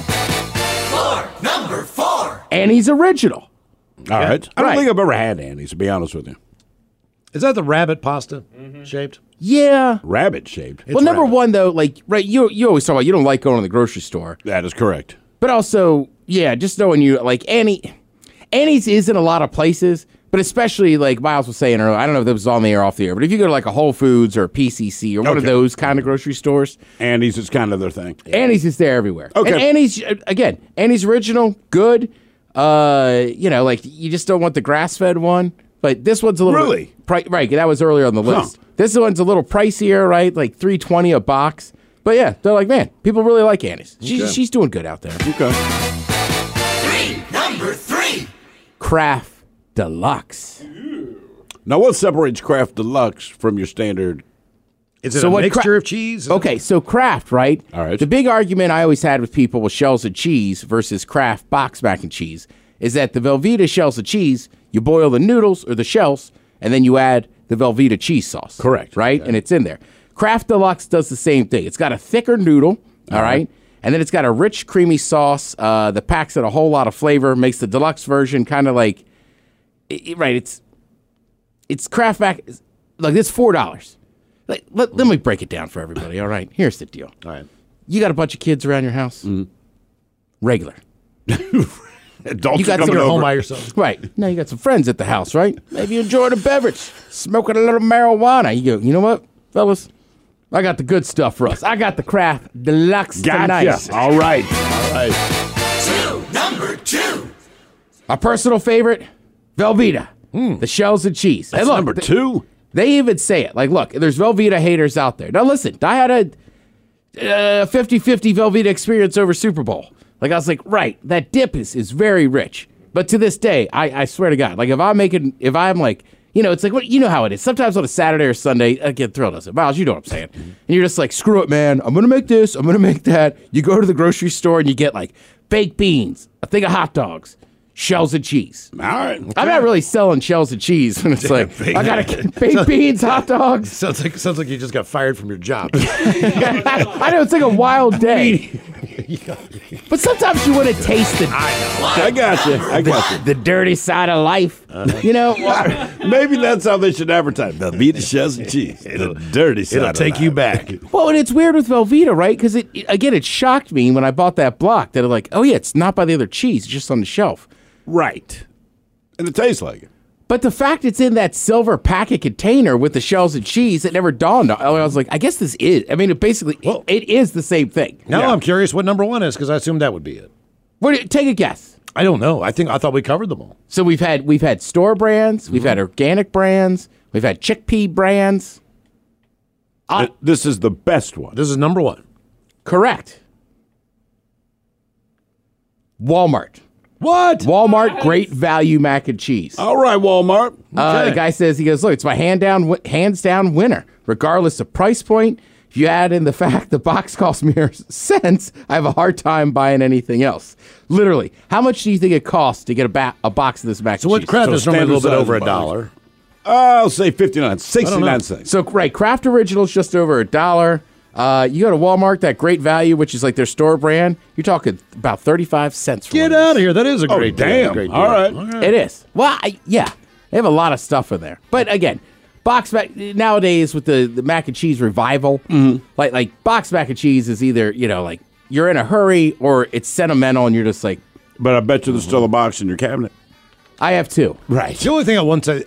Speaker 8: Four. Number four.
Speaker 6: Annie's original.
Speaker 4: All right. I don't
Speaker 6: Right.
Speaker 4: think I've ever had Annie's. To be honest with you,
Speaker 3: Is that the rabbit pasta shaped?
Speaker 6: Yeah.
Speaker 4: rabbit shaped.
Speaker 6: well, number
Speaker 3: rabbit.
Speaker 6: one though, like right, you you always talk about you don't like going to the grocery store,
Speaker 4: That is correct.
Speaker 6: but also yeah, just knowing you like Annie, Annie's is in a lot of places, but especially like Miles was saying earlier. I don't know if that was on the air or off the air, but if you go to like a Whole Foods or a PCC or one of
Speaker 4: Okay.
Speaker 6: those kind of grocery stores,
Speaker 4: Annie's is kind of their thing.
Speaker 6: Annie's is there everywhere.
Speaker 4: Okay.
Speaker 6: And Annie's uh, again, Annie's original, good. Uh, you know, like you just don't want the grass fed one, but this one's a little
Speaker 4: Really?
Speaker 6: bit- pri- right. That was earlier on the list. This one's a little pricier, right? Like three twenty a box. But yeah, they're like, man, people really like Annie's. She's
Speaker 4: Okay.
Speaker 6: she's doing good out there.
Speaker 4: Okay.
Speaker 8: Three. Number three.
Speaker 6: Craft Deluxe.
Speaker 4: Now, what separates Kraft Deluxe from your standard?
Speaker 6: Kraft- Okay, so Kraft, right? All right. The big argument I always had with people with shells of cheese versus Kraft box mac and cheese is that the Velveeta shells of cheese, you boil the noodles or the shells, and then you add the Velveeta cheese sauce. Correct. Right? And it's in there. Kraft Deluxe does the same thing. It's got a thicker noodle, all right? And then it's got a rich, creamy sauce uh, that packs in a whole lot of flavor, makes the deluxe version kind of like, i- i- right? It's it's Kraft Mac. Like it's four dollars. Like, let, let me break it down for everybody. All right, here's the deal. All right, you got a bunch of kids around your house.
Speaker 4: [LAUGHS]
Speaker 6: Regular.
Speaker 4: Adults Mm-hmm. are coming
Speaker 6: some-
Speaker 4: over. Home by yourself.
Speaker 6: Right now, you got some friends at the house. Right, maybe you enjoying a beverage, smoking a little marijuana. You go, you know what, fellas, I got the good stuff for us. I got the craft deluxe
Speaker 4: Gotcha.
Speaker 6: tonight.
Speaker 4: All right.
Speaker 6: all right.
Speaker 8: Number two.
Speaker 6: My personal favorite, Velveeta. The shells and cheese. That's number two. They even say it. Like, look, there's Velveeta haters out there. Now, listen, I had a uh, 50-50 Velveeta experience over Super Bowl. Like, I was like, right, that dip is, is very rich. But to this day, I, I swear to God, like, if I'm making, if I'm like, you know, it's like, what you know how it is. Sometimes on a Saturday or Sunday, again, Thrill does it. Miles, you know what I'm saying. And you're just like, screw it, man. I'm going to make this. I'm going to make that. You go to the grocery store and you get, like, baked beans, a thing of hot dogs, shells and cheese. All right. I'm not really selling shells and cheese. [LAUGHS] And it's like, I got to get baked beans, hot dogs.
Speaker 3: Sounds like sounds like you just got fired from your job.
Speaker 6: I know it's like a wild
Speaker 4: [LAUGHS]
Speaker 6: day. but sometimes you want to taste the.
Speaker 4: I got you. I Uh-huh. got you.
Speaker 6: The dirty side of life.
Speaker 3: Uh-huh.
Speaker 6: You know,
Speaker 4: [LAUGHS] maybe that's how they should advertise. The Vita shells and cheese. The dirty side.
Speaker 6: it'll
Speaker 4: of
Speaker 6: take
Speaker 4: life.
Speaker 6: you
Speaker 4: [LAUGHS]
Speaker 3: back.
Speaker 6: Well, and it's weird with Velveeta, right? Because it, it- again, it shocked me when I bought that block that like, oh yeah, it's not by the other cheese, it's just on the shelf. Right.
Speaker 4: And it tastes like it.
Speaker 6: But the fact it's in that silver packet container with the shells and cheese, it never dawned on. I was like, I guess this is. I mean, it basically it is the same thing.
Speaker 3: Now I'm curious what number one is because I assumed that would be it.
Speaker 6: What? do you- Take a guess.
Speaker 3: I don't know. I think I thought we covered them all. Mm-hmm.
Speaker 6: So we've had we've had store brands, we've had organic brands, we've had chickpea brands.
Speaker 4: Th- this is the best one.
Speaker 3: This is number one.
Speaker 6: Correct. Walmart.
Speaker 4: What?
Speaker 6: Walmart Great Value Mac and Cheese.
Speaker 4: All right, Walmart.
Speaker 6: Uh, the guy says he goes, look, it's my hand down, wi- hands down winner, regardless of price point. If you add in the [LAUGHS] fact the box costs mere [LAUGHS] cents, I have a hard time buying anything else. Literally, how much do you think it costs to get a, ba- a box of this mac? So
Speaker 3: what crap
Speaker 6: so
Speaker 3: is normally a little bit over a dollar?
Speaker 4: I'll say 59, 69 cents.
Speaker 6: So right, Kraft Originals just over a dollar. Uh, you go to Walmart, that great value, which is like their store brand. You're talking about thirty-five cents. For Get
Speaker 3: out of here! That is
Speaker 4: a Oh, great deal, damn. great All deal. right. All right.
Speaker 6: it is. Well, I, yeah, they have a lot of stuff in there. But again, box mac nowadays with the, the mac and cheese revival,
Speaker 4: Mm-hmm.
Speaker 6: like like box mac and cheese is either you know like you're in a hurry or it's sentimental and you're just like. Mm-hmm.
Speaker 4: But I bet you there's still a box in your cabinet.
Speaker 6: [LAUGHS] I have two.
Speaker 3: Right. The only thing I want to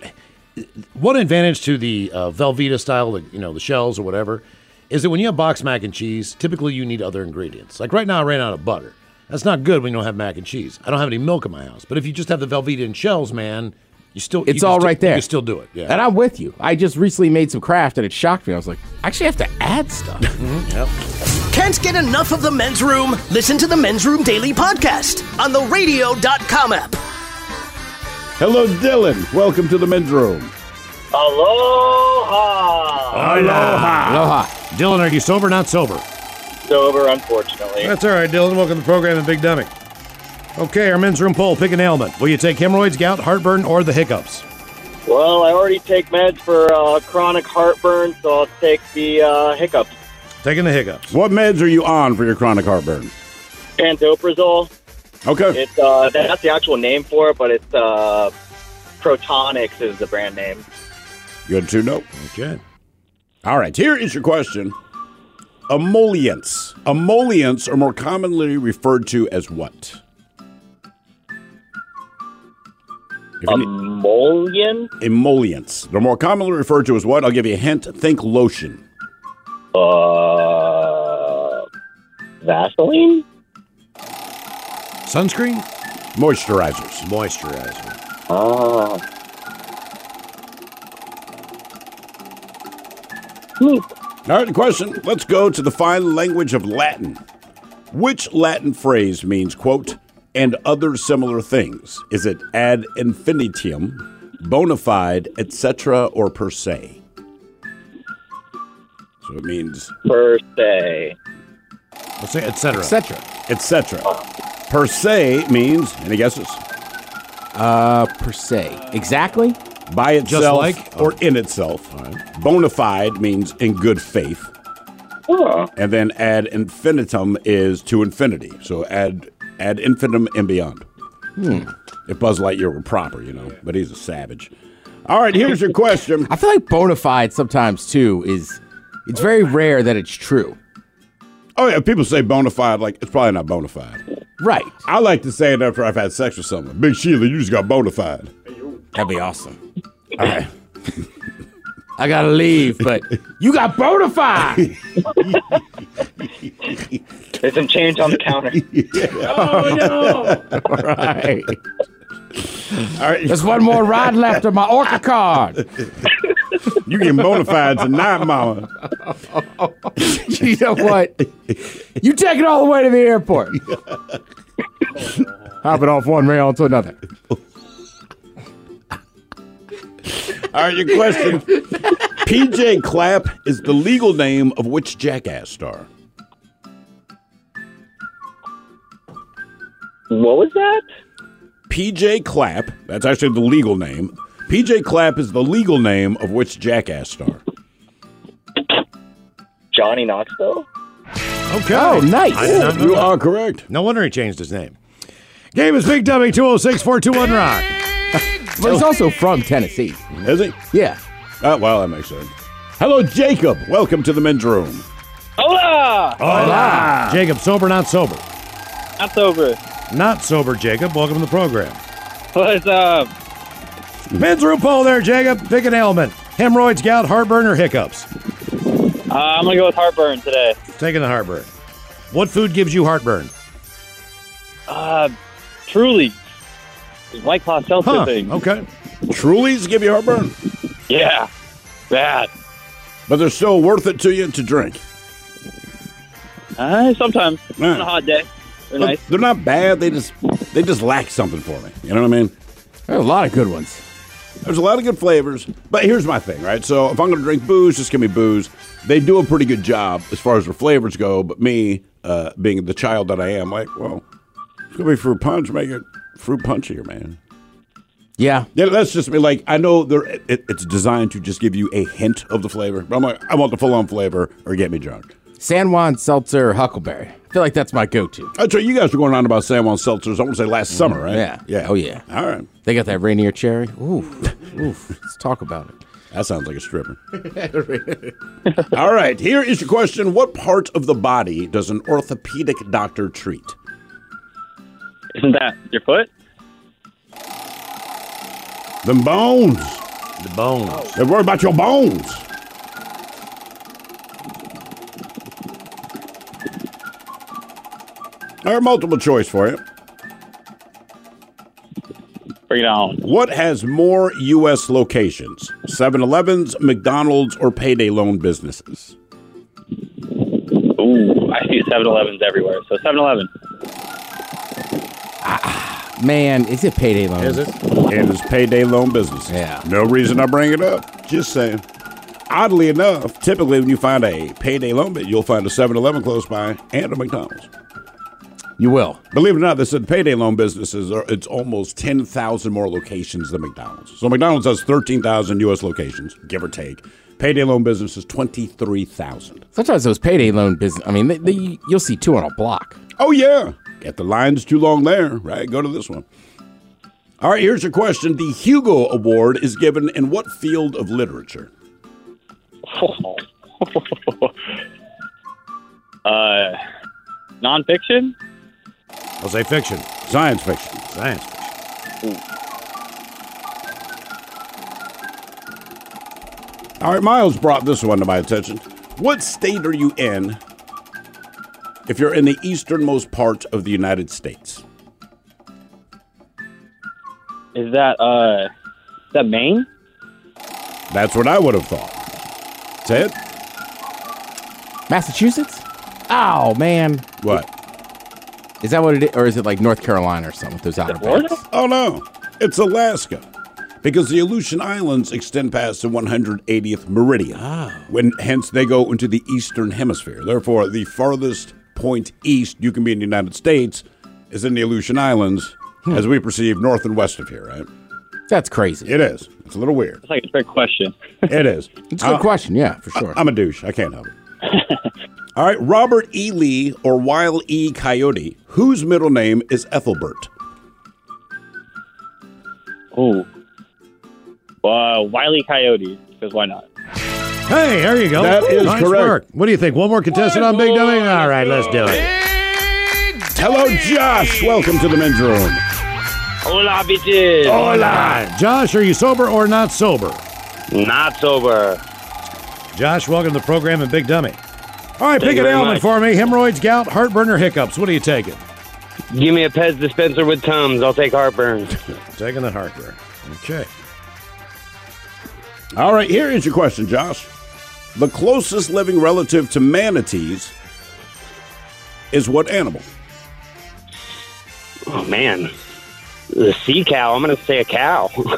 Speaker 3: one advantage to the uh, Velveeta style, the, you know, the shells or whatever, is that when you have box mac and cheese, typically you need other ingredients. Like right now, I ran out of butter. That's not good when you don't have mac and cheese. I don't have any milk in my house. But if you just have the Velveeta and shells, man, you still you
Speaker 6: It's
Speaker 3: can
Speaker 6: all
Speaker 3: still-
Speaker 6: right there.
Speaker 3: You can still do it. Yeah.
Speaker 6: And I'm with you. I just recently made some craft and it shocked me. I was like, I actually have to add stuff.
Speaker 15: [LAUGHS] Can't get enough of the men's room? Listen to the men's room daily podcast on the radio.com app.
Speaker 4: Hello, Dylan. Welcome to the men's room.
Speaker 16: Aloha!
Speaker 3: Aloha. Aloha. Dylan, are you sober? Not sober.
Speaker 16: Sober, unfortunately.
Speaker 3: That's all right, Dylan. Welcome to the program and Big Dummy. Okay, our men's room poll. Pick an ailment. Will you take hemorrhoids, gout, heartburn, or the hiccups?
Speaker 16: Well, I already take meds for uh, chronic heartburn, so I'll take the uh, hiccups.
Speaker 3: Taking the hiccups.
Speaker 4: What meds are you on for your chronic heartburn?
Speaker 16: Pantoprazole.
Speaker 4: Okay.
Speaker 16: It's uh, that's the actual name for it, but it's uh, Protonix is the brand name.
Speaker 4: Good to know.
Speaker 3: Okay.
Speaker 4: All right. Here is your question. Emollients. Emollients are more commonly referred to as what? If you need-
Speaker 16: Emollient.
Speaker 4: Emollients. They're more commonly referred to as what? I'll give you a hint. Think lotion.
Speaker 16: Uh, Vaseline.
Speaker 3: Sunscreen?
Speaker 4: Moisturizers.
Speaker 3: Moisturizer.
Speaker 16: Oh. All
Speaker 4: right, the question. Let's go to the fine language of Latin. Which Latin phrase means, quote, and other similar things? Is it ad infinitum, bona fide, etc., or per se. So it means
Speaker 16: per se.
Speaker 4: Let's say etc.
Speaker 16: Etc.
Speaker 4: Etc. Per se means any guesses? Uh, per se. Exactly. By
Speaker 3: Just
Speaker 4: itself,
Speaker 3: like?
Speaker 4: or in itself. Bona fide means in good faith. And then add infinitum is to infinity. So add add infinitum and beyond.
Speaker 2: [LAUGHS]
Speaker 8: Hmm.
Speaker 4: If Buzz Lightyear were proper, you know, but he's a savage. All right, here's your question.
Speaker 6: I feel like bona fide sometimes too is it's very rare that it's true.
Speaker 4: Oh yeah, people say bona fide, like it's probably not bona fide.
Speaker 6: Right.
Speaker 4: I like to say it after I've had sex with someone. Big Sheila, you just got bona fide.
Speaker 6: That'd be awesome. All right. I gotta leave, but
Speaker 4: [LAUGHS]
Speaker 6: you got bona fide.
Speaker 16: There's some change on the counter.
Speaker 6: Oh,
Speaker 4: [LAUGHS]
Speaker 6: no. All right.
Speaker 4: All right.
Speaker 6: There's one more ride left of my orca card.
Speaker 4: You getting bona fide
Speaker 2: [LAUGHS]
Speaker 4: tonight, mama.
Speaker 6: [LAUGHS] you know what? You take it all the way to the airport. [LAUGHS] Hopping off one rail onto another.
Speaker 4: All right, your question. PJ Clapp is the legal name of which jackass star?
Speaker 16: What was that?
Speaker 4: PJ Clapp, that's actually the legal name. PJ Clapp is the legal name of which jackass star?
Speaker 16: Johnny Knoxville?
Speaker 3: Okay.
Speaker 16: Oh, nice.
Speaker 3: I did not know
Speaker 4: You
Speaker 3: that.
Speaker 4: are correct.
Speaker 3: No wonder he changed his name. Game is Big Dummy 206 421 Rock.
Speaker 6: But he's also from Tennessee.
Speaker 4: Is he?
Speaker 6: Yeah.
Speaker 4: Oh, well, that makes sense. Hello, Jacob. Welcome to the men's room.
Speaker 16: Hola!
Speaker 3: Hola. Ah. Jacob, sober, not sober.
Speaker 16: That's over.
Speaker 3: Not sober, Jacob. Welcome to the program.
Speaker 16: What's up?
Speaker 3: Men's room poll there, Jacob. Pick an ailment hemorrhoids, gout, heartburn, or hiccups.
Speaker 16: Uh, I'm going to go with heartburn today.
Speaker 3: Taking the heartburn. What food gives you heartburn?
Speaker 16: Uh, truly. White Claw Seltzer
Speaker 3: Huh.
Speaker 16: thing.
Speaker 3: Okay.
Speaker 4: Truly's give you heartburn,
Speaker 16: Yeah. Bad.
Speaker 4: but they're still worth it to you to drink.
Speaker 16: Uh, sometimes. On a hot day. They're
Speaker 4: Look,
Speaker 16: nice.
Speaker 4: They're not bad. They just they just lack something for me. You know what I mean?
Speaker 6: There's a lot of good ones.
Speaker 4: There's a lot of good flavors. But here's my thing, right? So if I'm going to drink booze, just give me booze. They do a pretty good job as far as their flavors go. But me, uh, being the child that I am, like, well, it's gonna be fruit punch. Make it fruit punchier, man.
Speaker 6: Yeah.
Speaker 4: Yeah, that's just me. Like I know they're it, it's designed to just give you a hint of the flavor, but I'm like, I want the full on flavor or get me drunk.
Speaker 6: San Juan Seltzer Huckleberry. I feel like that's my go to.
Speaker 4: That's right. You guys were going on about San Juan seltzers. I want to say last summer, right?
Speaker 6: Yeah.
Speaker 4: Yeah.
Speaker 6: Oh, yeah.
Speaker 4: All right.
Speaker 6: They got that Rainier Cherry. Ooh. [LAUGHS] Oof. Let's talk about it.
Speaker 4: That sounds like a stripper. [LAUGHS] All right, here is your question. What part of the body does an orthopedic doctor treat?
Speaker 16: Isn't that your foot?
Speaker 4: The bones.
Speaker 3: The bones.
Speaker 4: They're worried about your bones. There are multiple choice for you.
Speaker 16: Bring it on.
Speaker 4: What has more U.S. locations? 7 Elevens, McDonald's, or payday loan businesses?
Speaker 16: Ooh, I see 7 Elevens everywhere. So 7 Eleven.
Speaker 6: [SIGHS] Man, is it payday loan?
Speaker 4: Is it? It is payday loan business. Yeah. No reason I bring it up. Just saying. Oddly enough, typically when you find a payday loan bit, you'll find a 7 Eleven close by and a McDonald's.
Speaker 6: You will.
Speaker 4: Believe it or not, they said payday loan businesses are it's almost 10,000 more locations than McDonald's. So McDonald's has 13,000 U.S. locations, give or take. Payday loan business is 23,000.
Speaker 6: Sometimes those payday loan business, I mean, they, they, you'll see two on a block.
Speaker 4: Oh, yeah. Get the lines too long there, right? Go to this one. All right, here's your question. The Hugo Award is given in what field of literature?
Speaker 16: Uh, nonfiction?
Speaker 3: I'll say fiction.
Speaker 4: Science fiction.
Speaker 3: Science fiction.
Speaker 4: All right, Miles brought this one to my attention. What state are you in if you're in the easternmost part of the United States?
Speaker 16: Is that, uh, is that Maine?
Speaker 4: That's what I would have thought. That's
Speaker 6: [LAUGHS]
Speaker 4: it?
Speaker 6: Massachusetts? Oh, man.
Speaker 4: What?
Speaker 6: Is that what it is? Or is it like North Carolina or something with those outer banks?
Speaker 4: Oh, no. It's Oh, Alaska. because the Aleutian Islands extend past the 180th meridian,
Speaker 6: Oh.
Speaker 4: when hence they go into the eastern hemisphere. Therefore, the farthest point east you can be in the United States is in the Aleutian Islands, as we perceive north and west of here, right?
Speaker 6: Hmm. That's crazy.
Speaker 4: It is. It's a little weird. It's
Speaker 16: like a trick question.
Speaker 4: It is.
Speaker 6: It's a good question, yeah, for sure.
Speaker 4: I, am a douche. I can't help it. [LAUGHS] All right, Robert E. Lee or Wild E. Coyote, whose middle name is Ethelbert?
Speaker 16: Oh, Uh, Wiley Coyote, because why not?
Speaker 3: Hey, there you go.
Speaker 16: That is
Speaker 3: Nice
Speaker 16: correct.
Speaker 3: work. What do you think? One more contestant on Big Dummy? All right, let's do it.
Speaker 4: Hello, Josh. Welcome to the men's room.
Speaker 16: Hola, bitches.
Speaker 3: Hola. Josh, are you sober or not sober?
Speaker 16: Not sober.
Speaker 3: Josh, welcome to the program and Big Dummy. All right,
Speaker 16: Thank
Speaker 3: pick
Speaker 16: you
Speaker 3: an
Speaker 16: very
Speaker 3: ailment
Speaker 16: much.
Speaker 3: for me. Hemorrhoids, gout, heartburn, or hiccups. What are you taking?
Speaker 16: Give me a Pez dispenser with Tums. I'll take heartburn.
Speaker 3: Taking the heartburn. Okay.
Speaker 4: All right, here is your question, Josh. The closest living relative to manatees is what animal?
Speaker 16: Oh man, the sea cow. I'm gonna say a cow. [LAUGHS]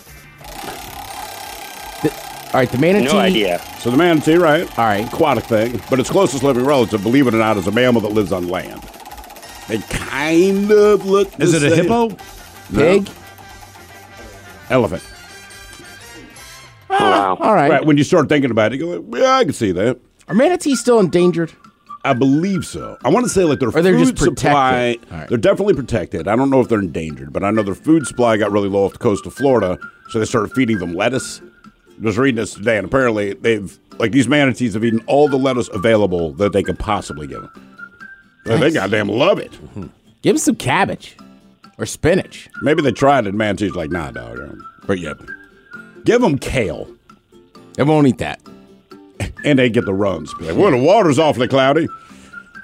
Speaker 6: All right, the manatee.
Speaker 16: No idea.
Speaker 4: So the manatee, right?
Speaker 6: All right.
Speaker 4: Aquatic thing, but its closest living relative, believe it or not, is a mammal that lives on land. They kind of look. the
Speaker 3: Is it a
Speaker 4: same.
Speaker 3: hippo?
Speaker 4: No.
Speaker 3: Pig?
Speaker 4: Elephant.
Speaker 16: Wow.
Speaker 6: All right.
Speaker 4: When you start thinking about it, you go, yeah, I can see that.
Speaker 6: Are manatees still endangered?
Speaker 4: I believe so. I want to say like their
Speaker 6: Or they're just
Speaker 4: food
Speaker 6: protected.
Speaker 4: supply.
Speaker 6: All right.
Speaker 4: They're definitely protected. I don't know if they're endangered, but I know their food supply got really low off the coast of Florida, so they started feeding them lettuce. I was reading this today, and apparently they've like these manatees have eaten all the lettuce available that they could possibly give them. They- They
Speaker 6: Nice. Mm-hmm.
Speaker 4: goddamn love it.
Speaker 6: Give them some cabbage or spinach.
Speaker 4: Maybe they tried it, and manatees like nah, dog. But yeah, give them kale.
Speaker 6: They won't eat that.
Speaker 4: and they get the runs. Be like, well, the water's awfully cloudy.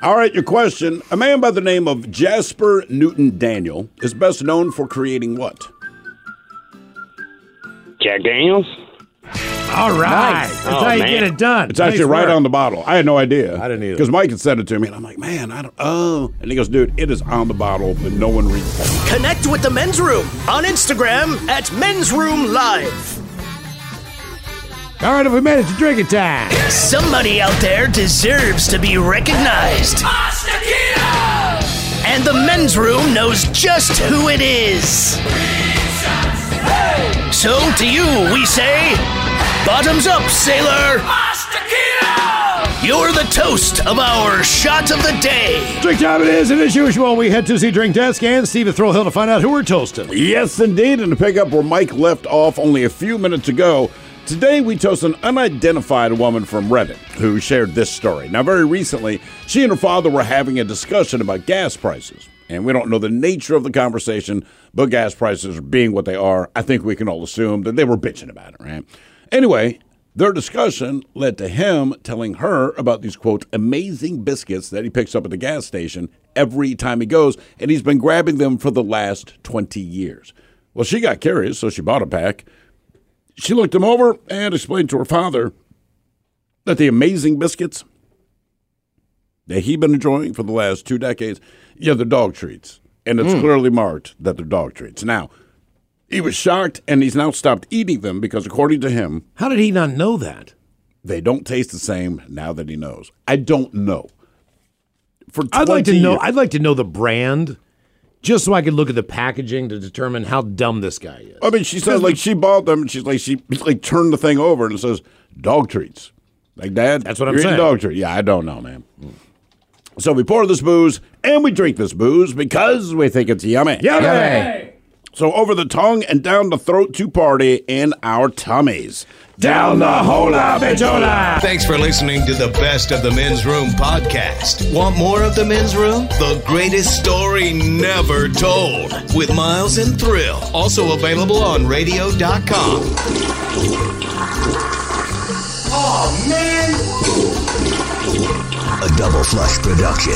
Speaker 4: All right, your question. A man by the name of Jasper Newton Daniel is best known for creating what?
Speaker 16: Jack Daniels.
Speaker 3: All right. That's
Speaker 16: Oh,
Speaker 3: how you
Speaker 16: man.
Speaker 3: get it done.
Speaker 4: It's actually
Speaker 3: Nice
Speaker 4: right
Speaker 3: work.
Speaker 4: on the bottle. I had no idea. I
Speaker 3: didn't either.
Speaker 4: Because Mike had sent it to me, and I'm like, man, I don't, oh. And he goes, dude, it is on the bottle, but no one reads it.
Speaker 15: Connect with the men's room on Instagram at men's room live.
Speaker 3: All right, if we made it to drinking time.
Speaker 15: Somebody out there deserves to be recognized. And the men's room knows just who it is. So to you, we say, bottoms up, sailor. You're the toast of our shot of the day.
Speaker 3: Drink time it is, and as usual, we head to the drink desk and Steve at Thrill Hill to find out who we're toasting.
Speaker 4: Yes, indeed. And to pick up where Mike left off only a few minutes ago, today we toast an unidentified woman from Reddit who shared this story. Now, very recently, she and her father were having a discussion about gas prices. And we don't know the nature of the conversation, but gas prices being what they are, I think we can all assume that they were bitching about it, right? Anyway, their discussion led to him telling her about these, quote, amazing biscuits that he picks up at the gas station every time he goes, and he's been grabbing them for the last 20 years. Well, she got curious, so she bought a pack. She looked them over and explained to her father that the amazing biscuits that he'd been enjoying for the last two decades, yeah, they're dog treats. And it's
Speaker 3: Hmm.
Speaker 4: clearly marked that they're dog treats. Now, he was shocked, and he's now stopped eating them because, according to him,
Speaker 3: How did he not know that?
Speaker 4: they don't taste the same now that he knows. I don't know. For
Speaker 3: I'd like to
Speaker 4: 20
Speaker 3: know.
Speaker 4: years-
Speaker 3: I'd like to know the brand, just so I could look at the packaging to determine how dumb this guy is.
Speaker 4: I mean, she said like she bought them, and she's like she like turned the thing over and it says dog treats. Like dad,
Speaker 3: That's what I'm
Speaker 4: you're eating
Speaker 3: saying.
Speaker 4: Dog treat. Yeah, I don't know, man. So we pour this booze and we drink this booze because we think it's yummy.
Speaker 3: Yummy!
Speaker 6: Yummy!
Speaker 4: So over the tongue and down the throat to party in our tummies. Down the hola, bitchola.
Speaker 2: Thanks for listening to the Best of the Men's Room podcast. Want more of the Men's Room? The greatest story never told with Miles and Thrill. Also available on radio.com.
Speaker 8: Oh, man.
Speaker 2: A double flush production.